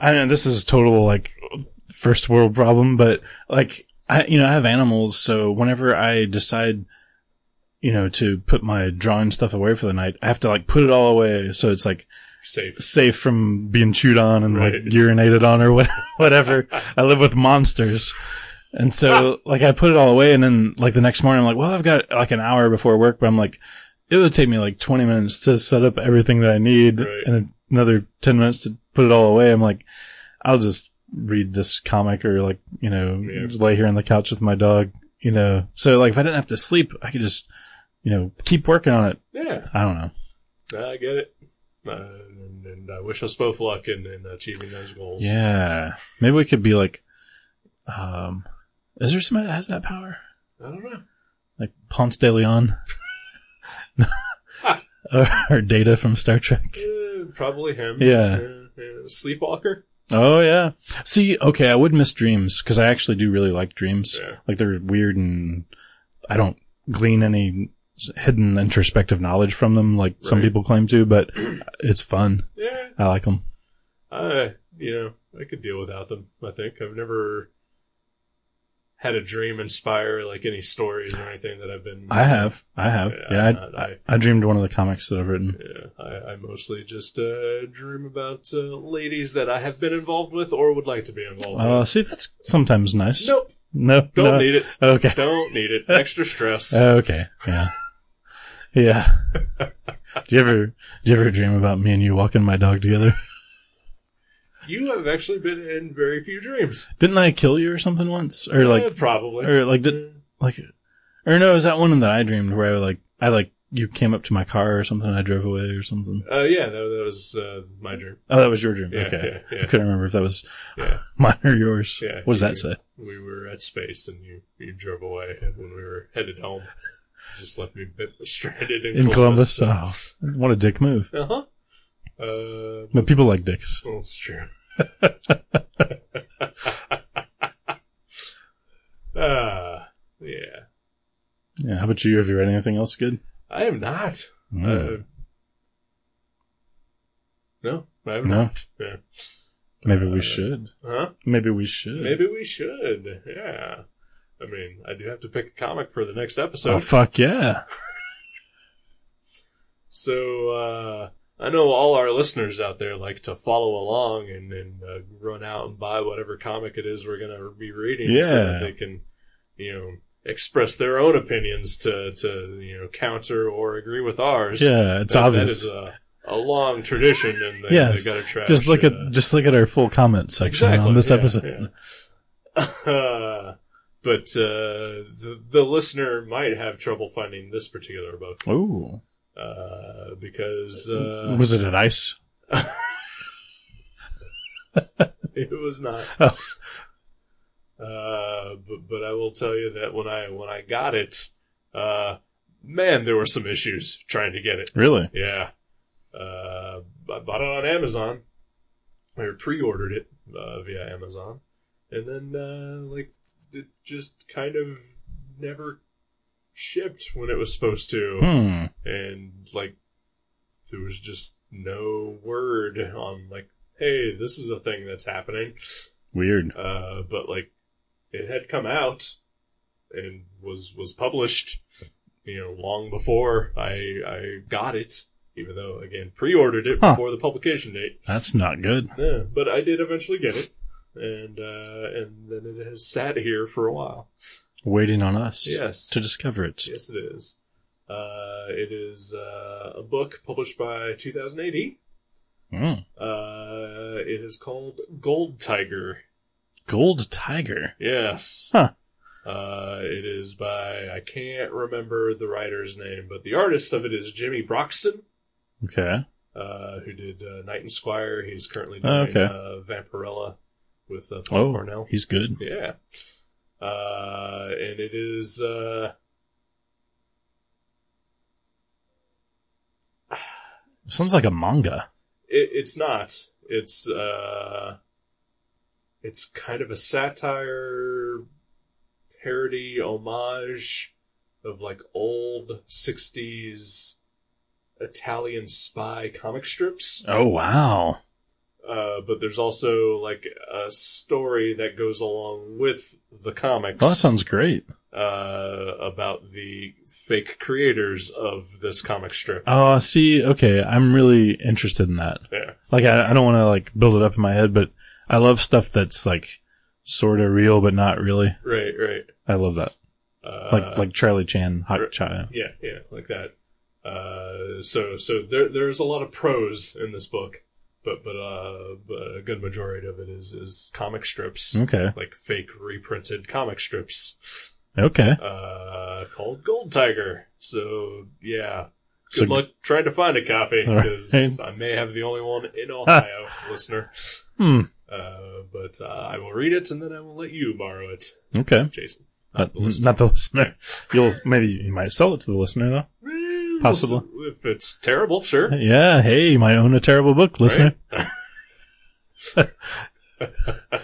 Speaker 2: I mean, this is total like first world problem, but like, I, you know, I have animals. So whenever I decide, you know, to put my drawing stuff away for the night, I have to like put it all away. So it's like
Speaker 1: safe.
Speaker 2: safe from being chewed on and
Speaker 1: Right.
Speaker 2: like urinated on or what- whatever. I live with monsters. And so like I put it all away and then like the next morning I'm like, well, I've got like an hour before work, but I'm like, it would take me like 20 minutes to set up everything that I need
Speaker 1: Right.
Speaker 2: and another 10 minutes to put it all away. I'm like, I'll just read this comic or like, you know,
Speaker 1: Yeah.
Speaker 2: just lay here on the couch with my dog, you know. So like if I didn't have to sleep, I could just, you know, keep working on it.
Speaker 1: Yeah,
Speaker 2: I don't know.
Speaker 1: I get it. Uh, and, and I wish us both luck in, in achieving those goals.
Speaker 2: Yeah. Maybe we could be like, um, is there somebody that has that power?
Speaker 1: I don't know.
Speaker 2: Like Ponce de Leon? or, or Data from Star Trek?
Speaker 1: Eh, probably him.
Speaker 2: Yeah.
Speaker 1: Eh, eh, Sleepwalker.
Speaker 2: Oh, yeah. See, okay, I would miss dreams because I actually do really like dreams.
Speaker 1: Yeah.
Speaker 2: Like they're weird and I don't glean any s- hidden introspective knowledge from them like some
Speaker 1: Right.
Speaker 2: people claim to, but it's fun.
Speaker 1: Yeah.
Speaker 2: I like them.
Speaker 1: I, you know, I could deal without them. I think I've never had a dream inspire like any stories or anything that I've been.
Speaker 2: I have. I have.
Speaker 1: Yeah,
Speaker 2: Yeah.
Speaker 1: I'm
Speaker 2: I,
Speaker 1: not- I-
Speaker 2: I dreamed one of the comics that I've written.
Speaker 1: Yeah, I, I mostly just uh, dream about uh, ladies that I have been involved with or would like to be involved
Speaker 2: Uh,
Speaker 1: with.
Speaker 2: see, that's sometimes nice.
Speaker 1: Nope,
Speaker 2: No,
Speaker 1: don't
Speaker 2: no.
Speaker 1: need it.
Speaker 2: Okay.
Speaker 1: Don't need it. Extra stress.
Speaker 2: Okay. Yeah. Yeah. do you ever do you ever dream about me and you walking my dog together?
Speaker 1: you have actually been in very few dreams.
Speaker 2: Didn't I kill you or something once? Or
Speaker 1: Eh,
Speaker 2: like
Speaker 1: probably.
Speaker 2: or like did
Speaker 1: Eh,
Speaker 2: like or no, is that one that I dreamed where I like I like you came up to my car or something, I drove away or something.
Speaker 1: uh, yeah, that, that was uh, my dream.
Speaker 2: Oh, that was your dream.
Speaker 1: Yeah,
Speaker 2: okay.
Speaker 1: yeah,
Speaker 2: I
Speaker 1: yeah.
Speaker 2: couldn't remember if that was
Speaker 1: Yeah.
Speaker 2: mine or yours.
Speaker 1: Yeah,
Speaker 2: what does that
Speaker 1: you-
Speaker 2: say?
Speaker 1: we were at space and you, you drove away when we were headed home. Just left me bit stranded in,
Speaker 2: In Columbus.
Speaker 1: Columbus.
Speaker 2: Oh, what a dick move.
Speaker 1: Uh huh. Uh,
Speaker 2: But people like dicks.
Speaker 1: well, it's true. uh, yeah.
Speaker 2: Yeah. How about you? Have you read anything else good?
Speaker 1: I am not.
Speaker 2: Mm.
Speaker 1: Uh, no, I have
Speaker 2: No.
Speaker 1: not. Yeah.
Speaker 2: Maybe we
Speaker 1: uh,
Speaker 2: should.
Speaker 1: Huh?
Speaker 2: Maybe we should.
Speaker 1: Maybe we should. Yeah. I mean, I do have to pick a comic for the next episode.
Speaker 2: Oh fuck yeah!
Speaker 1: So uh, I know all our listeners out there like to follow along and, and uh, run out and buy whatever comic it is we're going to be reading, so that
Speaker 2: Yeah.
Speaker 1: they can, you know, express their own opinions to to you know counter or agree with ours.
Speaker 2: Yeah, it's
Speaker 1: That-
Speaker 2: obvious.
Speaker 1: That is a, a long tradition, and they,
Speaker 2: Yeah,
Speaker 1: they got to trash.
Speaker 2: just look at
Speaker 1: uh,
Speaker 2: just look at our full comment section on this
Speaker 1: yeah,
Speaker 2: episode.
Speaker 1: yeah. Uh, but uh, the the listener might have trouble finding this particular book
Speaker 2: Oh,
Speaker 1: uh, because uh,
Speaker 2: was it at ice?
Speaker 1: it was not.
Speaker 2: Oh.
Speaker 1: Uh, but, but I will tell you that when I when I got it, uh, man, there were some issues trying to get it.
Speaker 2: Really?
Speaker 1: Yeah, uh, I bought it on Amazon. I pre-ordered it uh, via Amazon, and then uh, like it just kind of never shipped when it was supposed to
Speaker 2: Hmm.
Speaker 1: and like there was just no word on like hey this is a thing that's happening
Speaker 2: Weird.
Speaker 1: uh but like it had come out and was was published you know long before i i got it even though again pre-ordered it
Speaker 2: Huh.
Speaker 1: before the publication date
Speaker 2: That's not good.
Speaker 1: yeah but i did eventually get it and uh and then it has sat here for a while
Speaker 2: Waiting on us
Speaker 1: yes
Speaker 2: to discover it.
Speaker 1: Yes, it is. Uh, it is uh, a book published by 2080.
Speaker 2: Hmm.
Speaker 1: Uh, it is called Gold Tiger.
Speaker 2: Gold tiger.
Speaker 1: Yes.
Speaker 2: Huh.
Speaker 1: Uh, it is by, I can't remember the writer's name, but the artist of it is Jimmy Broxton,
Speaker 2: Okay.
Speaker 1: uh, who did uh, Knight and Squire. He's currently doing
Speaker 2: okay.
Speaker 1: uh, Vampirella with uh, Paul
Speaker 2: Oh.
Speaker 1: Cornell.
Speaker 2: He's good.
Speaker 1: Yeah. Uh, and it is, uh,
Speaker 2: sounds like a manga.
Speaker 1: It, it's not. It's uh, it's kind of a satire, parody, homage of like old '60s Italian spy comic strips.
Speaker 2: Oh wow.
Speaker 1: Uh, but there's also like a story that goes along with the comics
Speaker 2: Well, that sounds great.
Speaker 1: uh, about the fake creators of this comic strip.
Speaker 2: Oh, see, okay, I'm really interested in that.
Speaker 1: yeah.
Speaker 2: Like, I, I don't want to like build it up in my head, but I love stuff that's like sort of real, but not really.
Speaker 1: Right, right.
Speaker 2: I love that.
Speaker 1: Uh,
Speaker 2: Like, like Charlie Chan, Hot
Speaker 1: Right.
Speaker 2: China.
Speaker 1: yeah, yeah, like that. Uh, so, so there, there's a lot of prose in this book, but, but, uh, but a good majority of it is, is comic strips,
Speaker 2: Okay.
Speaker 1: like fake reprinted comic strips,
Speaker 2: Okay.
Speaker 1: uh, called Gold Tiger. So, yeah.
Speaker 2: So-
Speaker 1: Good luck trying to find a copy because
Speaker 2: Right.
Speaker 1: I may have the only one in Ohio, listener.
Speaker 2: Hmm.
Speaker 1: Uh, but uh, I will read it and then I will let you borrow it,
Speaker 2: Okay.
Speaker 1: Jason.
Speaker 2: Uh,
Speaker 1: the listener.
Speaker 2: not the listener. You'll maybe you might sell it to the listener though.
Speaker 1: Eh,
Speaker 2: Possible.
Speaker 1: we'll see. If it's terrible, sure.
Speaker 2: Yeah. Hey, you might own a terrible book, listener. we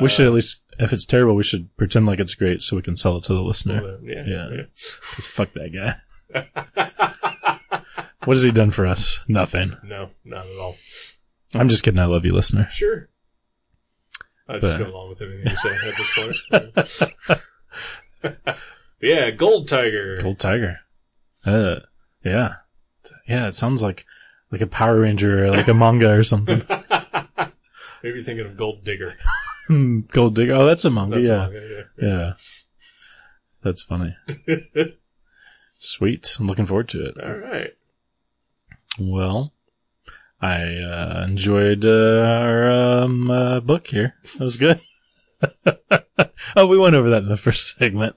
Speaker 1: Uh,
Speaker 2: should at least, if it's terrible, we should pretend like it's great so we can sell it to the listener.
Speaker 1: Well, yeah.
Speaker 2: Yeah.
Speaker 1: yeah.
Speaker 2: Cause fuck that guy. what has he done for us? Nothing.
Speaker 1: No, not at all.
Speaker 2: I'm just kidding. I love you, listener.
Speaker 1: Sure. I
Speaker 2: But-
Speaker 1: just go along with everything you say at this point. Yeah. yeah, Gold Tiger.
Speaker 2: Gold Tiger. Uh, yeah. Yeah. It sounds like, like a Power Ranger or like a manga or something.
Speaker 1: Maybe you're thinking of Gold Digger.
Speaker 2: Hmm, Gold Digger. Oh, that's a manga.
Speaker 1: That's
Speaker 2: yeah.
Speaker 1: all I got, yeah.
Speaker 2: Yeah. That's funny. Sweet. I'm looking forward to it.
Speaker 1: All right.
Speaker 2: Well, I uh, enjoyed uh, our um, uh, book here. That was good. oh, we went over that in the first segment.